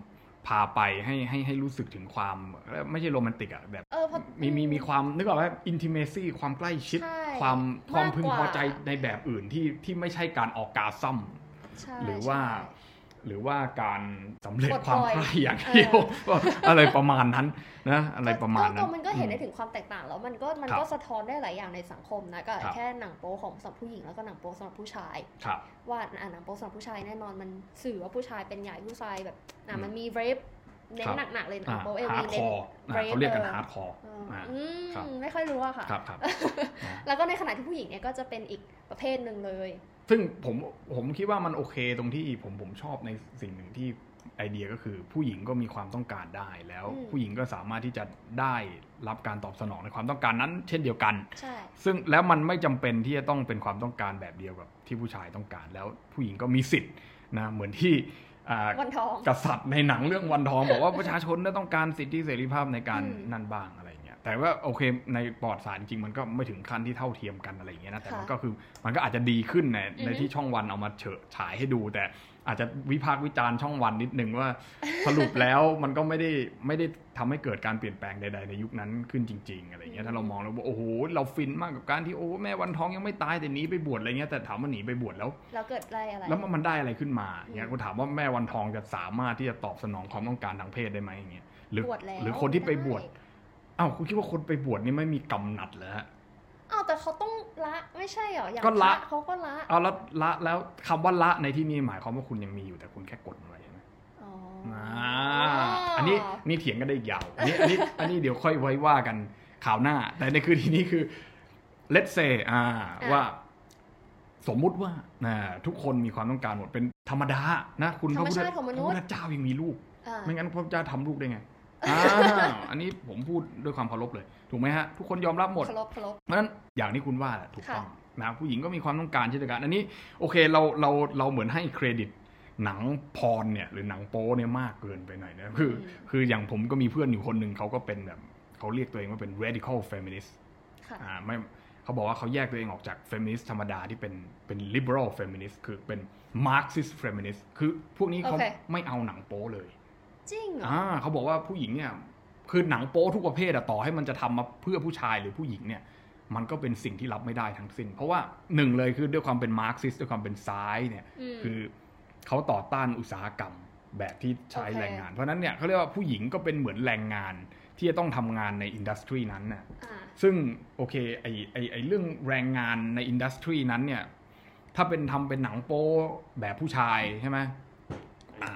พาไปให้ให้ให้รู้สึกถึงความไม่ใช่โรแมนติกอะแบบ
เออเพราะ
มีมีมีความนึกออกไหมอินทิเมซี่ความใกล้ชิด
ใช่
ความความพึงพอใจ
มากกว่า
ในแบบอื่นที่ที่ไม่ใช่การออกกาซัม
ใช่
หรือว่า
ใช่
หรือว่าการสำเร็จ
อด
ความ
ทน
ใคร่อย่าง เดียว อะไรประมาณนั้นนะอะไรประมาณนั้
ก็
น
มันก็เห็นได้ถึงความแตกต่างแล้วมันก็มัน
ครับ
ก็สะท้อนได้หลายอย่างในสังคมนะก็
ครับ
แค่หนังโป๊ของสำหรับผู้หญิงแล้วก็หนังโป๊สำหรับผู้ชาย
ครับ
ว่าอ่ะหนังโป๊สำหรับผู้ชายแน่นอนมันสื่อว่าผู้ชายเป็นใหญ่ผู้ชายแบบอ่ะ
อืม
มันมีเรฟเน้
ครั
น
บ
หนักๆเลยหนั
อ่าง
โป๊เอ
ฮา
วี
ร์ดค
เน้น
อร์นะ
rape
เขาเรียกกัน
เออ
ฮาร์ดคอร์
เออ
อ่า
อืม
ครับ
ไม่ค่อยรู้อะค่ะ
ครับครับนะ
แล้วก็ในขณะที่ผู้หญิงเนี่ยก็จะเป็นอีกประเภทหนึ่งเลย
ซึ่งผมผมคิดว่ามันโอเคตรงที่ผมผมชอบในสิ่งหนึ่งที่ไอเดียก็คือผู้หญิงก็มีความต้องการได้แล้ว
อืม
ผู้หญิงก็สามารถที่จะได้รับการตอบสนองในความต้องการนั้น เช่นเดียวกัน
ใช่
ซึ่งแล้วมันไม่จำเป็นที่จะต้องเป็นความต้องการแบบเดียวกับที่ผู้ชายต้องการแล้วผู้หญิงก็มีสิทธิ์นะเหมือนที่อ่า
วันทอง
กษัตริย์ในหนังเรื่องวันทองบอกว่าประชาชนน่ะต้องการสิทธิเสรีภาพในการ
อืม
นั่นบ้างอะไรเงี้ยแต่ว่าโอเคในปลอดสารจริงมันก็ไม่ถึงขั้นที่เท่าเทียมกันอะไรเงี้ยนะแต่มัน
ค่ะ
ก็คือมันก็อาจจะดีขึ้นใน
อือฮึ
ในที่ช่องวันเอามาเฉอะฉายให้ดู แต่อาจจะวิพากษ์วิจารณ์ช่องวันนิดนึงว่า สรุปแล้วมันก็ไม่ได้ไม่ได้ทำให้เกิดการเปลี่ยนแปลงใด ๆ ในยุคนั้นขึ้นจริง ๆ อะไรเงี้ยถ้าเรามองแล้วว่าโอ้โหเราฟินมากกับการที่โอ้แม่วันท้องยังไม่ตายแต่หนีไปบวชอะไรเงี้ยแต่ถามว่าหนีไปบวชแล้ว
แล้วเกิดอะไรอะไร
แล้วมันได้อะไรขึ้นมา
อืม
เงี้ยคุณถามว่าแม่วันทองจะสามารถที่จะตอบสนองความต้องการทางเพศได้ไหมอย่างเงี้ยหรือบ
วชแล้ว
หรือคนที่ไปบวช
ได้
อ้าวคุณคิดว่าคนไปบวชนี่ไม่มีกำหนัดเหรอฮะ
อ้าวแต่เขาต้องละไม่ใช่เหรออย่าง
ก็ละ
พรเขาก็ละ
เอาแล้วละแล้วคำว่าละในที่นี้หมายความว่าคุณยังมีอยู่แต่คุณแค่กดมันไว้ใช่ไหม
อ๋อ
อ่า
อ
อันนี้นี่เถียงกันได้อีกยาวอันนี้อันนี้อันนี้เดี๋ยวค่อยไว้ว่ากันข่าวหน้า แต่ในคือที่นี้คือ let's say อ่า
อ่ะ
ว่า สมมุติว่านะทุกคนมีความต้องการหมดเป็นธรรมดานะคุณ
ธรรมชาติของมนุษ
พ
ย์
ระเจ้ายังมีลูก
อ่า
ไม่งั้นพระเจ้าทำลูกได้ไง อ่า อันนี้ผมพูดด้วยความเคารพเลย ถูกไหมฮะ ทุกคนยอมรับหมด
เคารพเคารพ
เพราะฉะนั้นอย่างที่คุณว่าแหละถูกต้องนะผู้หญิงก็มีความต้องการเช่นเดียวกันอันนี้โอเคเราเราเราเหมือนให้เครดิตหนังพรเนี่ยหรือหนังโป้เนี่ยมากเกินไปหน่อยนะคือ
อืม
คืออย่างผมก็มีเพื่อนอยู่คนหนึ่งเขาก็เป็นแบบเขาเรียกตัวเองว่าเป็น radical feminist
ค่ะ
อ่าไม่เขาบอกว่าเขาแยกตัวเองออกจากเฟมินิสต์ธรรมดาที่เป็นเป็น liberal feminist คือเป็นมาร์กซิสเฟมินิสต์คือพวกนี้เขา
โอเค
ไม่เอาหนังโป้เลย
จริงเหรอ
อ่าเขาบอกว่าผู้หญิงเนี่ยคือหนังโป๊ทุกประเภทอะต่อให้มันจะทำมาเพื่อผู้ชายหรือผู้หญิงเนี่ย มันก็เป็นสิ่งที่รับไม่ได้ทั้งสิ้น เพราะว่าหนึ่งเลยคือด้วยความเป็นมาร์กซิสด้วยความเป็นซ้ายเนี่ย
อืม
คือเขาต่อต้านอุตสาหกรรมแบบที่ใช้
โอเค
แรงงาน เพราะฉะนั้นเนี่ยเขาเรียกว่าผู้หญิงก็เป็นเหมือนแรงงานที่จะต้องทำงานในอินดัสทรีนั้นน่ะ
อ่า
ซึ่งโอเคไอไอไอเรื่องแรงงานในอินดัสทรีนั้นเนี่ย ถ้าเป็นทำเป็นหนังโป้แบบผู้ชายใช่ไหมอ่า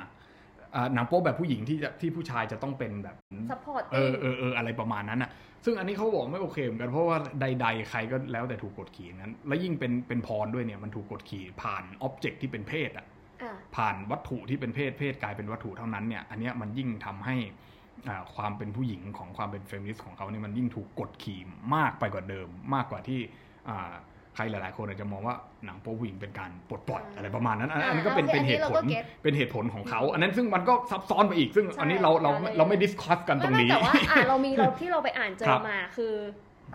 อ่าหนังโป้แบบผู้หญิงที่จะที่ผู้ชายจะต้องเป็นแบบ
ซัพพอร์ต
เออเออเอออะไรประมาณนั้นอ่ะ ซึ่งอันนี้เขาบอกไม่โอเคเหมือนกันเพราะว่าใด ๆ ใครก็แล้วแต่ถูกกดขี่อย่างนั้น แล้วยิ่งเป็นเป็นพรด้วยเนี่ยมันถูกกดขี่ผ่านอ็อบเจกต์ที่เป็นเพศอ่ะ
อ่า
ผ่านวัตถุที่เป็นเพศเพศกลายเป็นวัตถุเท่านั้นเนี่ยอันเนี้ยมันยิ่งทำให้อ่าความเป็นผู้หญิงของความเป็นเฟมินิสต์ของเขาเนี่ยมันยิ่งถูกกดขี่มากไปกว่าเดิม มากกว่าที่อ่าใครหลาย ๆ คนอาจจะมองว่าหนังโป๊ผู้หญิงเป็นการปลดปล่อย
อ่า
อะไรประมาณนั้นอันอันนั้นก็
อ่า
เป็น
โอเค
เป็นเหตุ
อันนี้เรา
ผ
ก็
ล
เก็ต
เป็นเหตุผลของเขา อันนั้นซึ่งมันก็ซับซ้อนไปอีกซึ่ง
ใช่
อันนี้เราเรา
ใช่
เราไม่ดิสคัสกันตรงนี้
ไม่ไม่แต่ว่า อ่าเรามีเราที่เราไปอ่านเจ
ครั
อบ มาคือ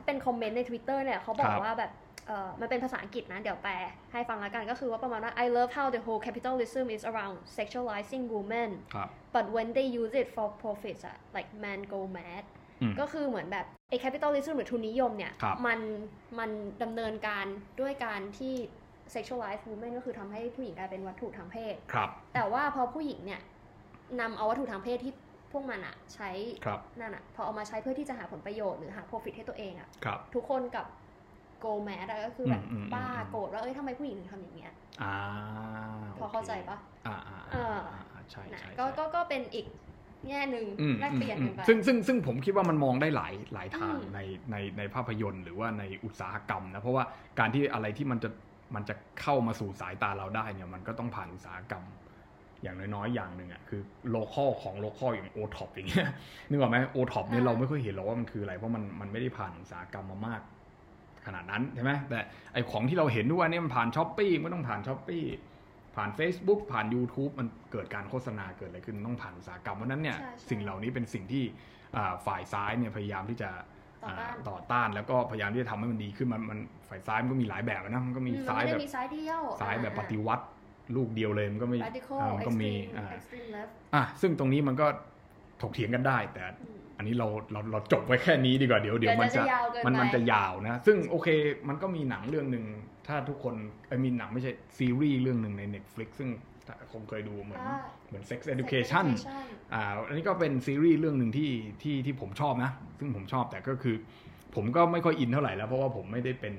เป็นคอมเมนต์ใน Twitter เนี่ยเขาบอ
ค
ก
รับ
ว่าแบบเออมันเป็นภาษาอังกฤษนะ เดี๋ยวแปลให้ฟังละกันก็คือว่าประมาณว่า I love how the whole capitalism is around sexualizing women
ครับ
but when they use it for profits อะ like men go mad
อืม
ก็คือเหมือนแบบไอ้ capitalism หรือทุนนิยมเนี่ย
ครับ
มันมันดำเนินการด้วยการที่ sexualize women ก็คือทำให้ผู้หญิงกลายเป็นวัตถุทางเพศ
ครับ
แต่ว่าพอผู้หญิงเนี่ยนำเอาวัตถุทางเพศที่พวกมันอะใช้
ครับ
นั่นอะพอเอามาใช้เพื่อที่จะหาผลประโยชน์หรือหา profit ให้ตัวเองอะ
ครับ
ทุกคนกับ go mad อะก็คือแบบ
อืมอืมอืม
บ้าโกรธว่าเอ้ยทำไมผู้หญิงถึงทำอย่างเงี้ย
อ่า
พอเข้าใจปะ
อ่าอ่า
เอ
อ่า
อ
อ่าใช่
นะ
ใช่
ก็ก็ก็เป็นอีกแง่หนึ่ง
อืม
แลกเปลี่ยน
อื
กั
ม
นไป
ซึ่งซึ่งซึ่งผมคิดว่ามันมองได้หลายหลายทาง
อืม
ในในในภาพยนตร์หรือว่าในอุตสาหกรรมนะเพราะว่าการที่อะไรที่มันจะมันจะเข้ามาสู่สายตาเราได้เนี่ยมันก็ต้องผ่านอุตสาหกรรม อย่างน้อยๆอย่างหนึ่งอ่ะคือโลคอลของโลคอลอย่างโอท็อปอย่างเงี้ย นึกออกไหมโอท็อปเนี่ย
อ่า
เราไม่ค่อยเห็นหรอกว่ามันคืออะไรเพราะมันมันไม่ได้ผ่านอุตสาหกรรมมามาก ขนาดนั้นใช่ไหมแต่ไอของที่เราเห็นทุกวันเนี้มันผ่านช้อปปี้ไม่ต้องผ่านช้อปปี้ผ่าน Facebook ผ่าน YouTube มันเกิดการโฆษณาเกิดอะไรขึ้นต้องผ่านอุตสาหกรรมเพราะฉะนั้นเนี่ย
ใช่ใช่
สิ่งเหล่านี้เป็นสิ่งที่อ่าฝ่ายซ้ายเนี่ยพยายามที่จะ
ต่อต้าน
อ่ต่อต้านแล้วก็พยายามที่จะทำให้มันดีขึ้นมันมันฝ่ายซ้ายมันก็มีหลายแบบนะมันก็มี
อื
ซ้าย
นไได้
แบบ
มีซ้ายเดียว
ซ้ายแบบ
อ่
ปฏิวัติลูกเดียวเลยมันก็ไม่
อ่า radical
อ่ามันก็มี
extreme
อ่า
extreme left
อ่ะซึ่งตรงนี้มันก็ถกเถียงกันได้ แต่
อืม
อันนี้เราเราเราจบไว้แค่นี้ดีกว่าเดี๋ยวเดี๋ยวมันจะ
ยาวเกิน
มัน
ไป
มันจะยาวนะ ซึ่งโอเคมันก็มีหนังเรื่องหนึ่งถ้าทุกคนเอ้ยมีหนังไม่ใช่ซีรีส์เรื่องหนึ่งใน Netflix ซึ่งถ้าคงเคยดูเหมือน
อ่า
เหมือน Sex Education
Sex education
อ่าอันนี้ก็เป็นซีรีส์เรื่องหนึ่งที่ที่ที่ผมชอบนะ ซึ่งผมชอบแต่ก็คือ ผมก็ไม่ค่อยอินเท่าไหร่แล้วเพราะว่าผมไม่ได้เป็น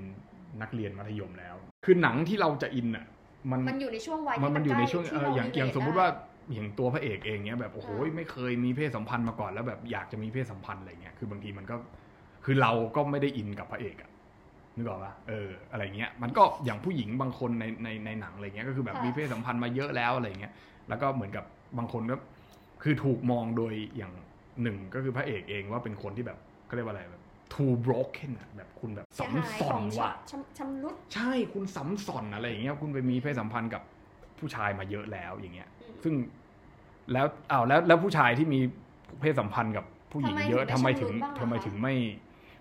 นักเรียนมัธยมแล้ว คือหนังที่เราจะอินอ่ะมัน
มันอยู่ในช่วงวัย
มันมันอยู่ในช่วง
ที่
เอ
เร
ออย่าง
เรท
อย่างสมมุติ
ได้
ว่าอย่างตัวพระเอกเองเนี้ยแบบโอ้โห
อ่า
ไม่เคยมีเพศสัมพันธ์มาก่อนแล้วแบบอยากจะมีเพศสัมพันธ์อะไรเงี้ยคือบางทีมันก็คือเราก็ไม่ได้อินกับพระเอกอ่ะนึกออกปะเอออะไรเงี้ยมันก็อย่างผู้หญิงบางคนในในในหนังอะไรเงี้ยก็คือแบบมีเพศสัมพันธ์มาเยอะแล้วอะไรเงี้ย แล้วก็เหมือนกับบางคนก็คือถูกมองโดยอย่างหนึ่งก็คือพระเอกเองว่าเป็นคนที่แบบเขาเรียกว่าอะไรแบบ too broken อะแบบคุณแบบ
เสียหาย
สำส
ข
อ
อน ง
ว่ะ
ชำชำรุด
ใช่คุณสำสอนอะไรอย่างเงี้ยคุณไปมีเพศสัมพันธ์กับผู้ชายมาเยอะแล้วอย่างเงี้ย
อืม
ซึ่งแล้วอ้าวแล้วแล้วผู้ชายที่มีเพศสัมพันธ์กับผู้หญิงเยอะทำ
ทำ
ไม
ไม
ถึ
ถึ
ง
ง
ทำไม
ไม่ชำรุดบ้างอะคะ
ถึงไม่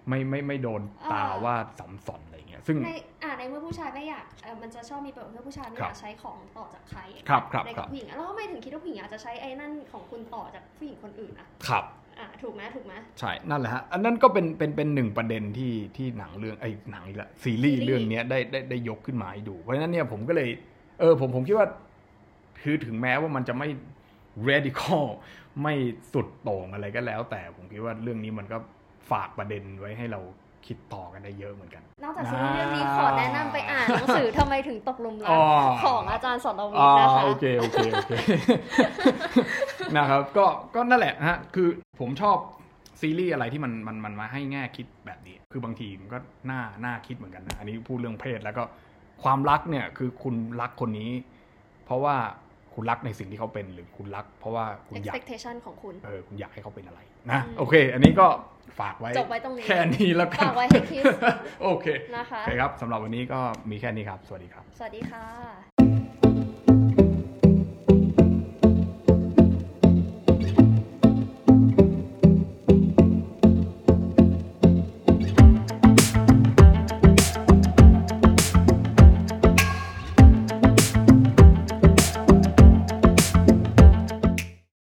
ไม่ไม่ไม่โดนตา
อ่า
ว่าสำสอนอะไรเงี้ย ซึ่ง
ในอ่าในเมื่อผู้ชายไม่อยากเอ่อมันจะชอบมีประโยชน์เมื่อผู้ชายไม่
ครั
อบ ยากใช้ของต่อจากใคร
ครับครับ
ใน
ค
กั
รั
บบ ผู้หญิงอะแล้วทำไมถึงคิดว่าผู้หญิงอาจจะใช้ไอ้นั่นของคุณต่อจากผู้หญิงคนอื่นอ่ะ
ครับ
อ่ะถูกไหมถูกไหม
ใช่นั่นแหละฮะอันนั้นก็เป็นเป็นเป็นหนึ่งประเด็นที่ที่หนังเรื่องไอ้หนังอีกละซีรีส์
ซีรีส์
เรื่องเนี้ยได้ได้ได้ยกขึ้นมาให้ดู เพราะฉะนั้นเนี่ยผมก็เลยเออผมผมคิดว่าคือถึงแม้ว่ามันจะไม่ radical ไม่สุดโต่งอะไรก็แล้ว แต่ผมคิดว่าเรื่องนี้มันก็ฝากประเด็นไว้ให้เราคิดต่อกันได้เยอะเหมือนกัน
นอกจากซีรีส์เรื่องนี้ขอแนะนำไปอ่านหนังสือทำไมถึงตกหลุมรั
อ๋
ก
อ
ของอาจารย์สอนวิ
อ๋
ท
อ
ย์นะคะ
โอเคโอเคโอ เค นะครับก็ก็นั่นแหละฮะคือผมชอบซีรีส์อะไรที่มันมันมันมาให้แง่คิดแบบนี้ คือบางทีมันก็น่าน่าคิดเหมือนกันนะอันนี้พูดเรื่องเพศแล้วก็ความรักเนี่ยคือคุณรักคนนี้ เพราะว่าคุณรักในสิ่งที่เขาเป็นหรือคุณรัก เพราะว่าคุณอยาก
expectation ของคุณ
เออคุณอยากให้เขาเป็นอะไรนะ
อืม
โอเค อันนี้ก็ฝากไว้
จบไว้ตรงนี้
แค่นี้แล้วกัน
ฝากไว้ให้คิด
โอเค
นะคะ
โอเคครับสำหรับวันนี้ก็มีแค่นี้ครับ สวัสดีครับ
สวัสดีค่ะ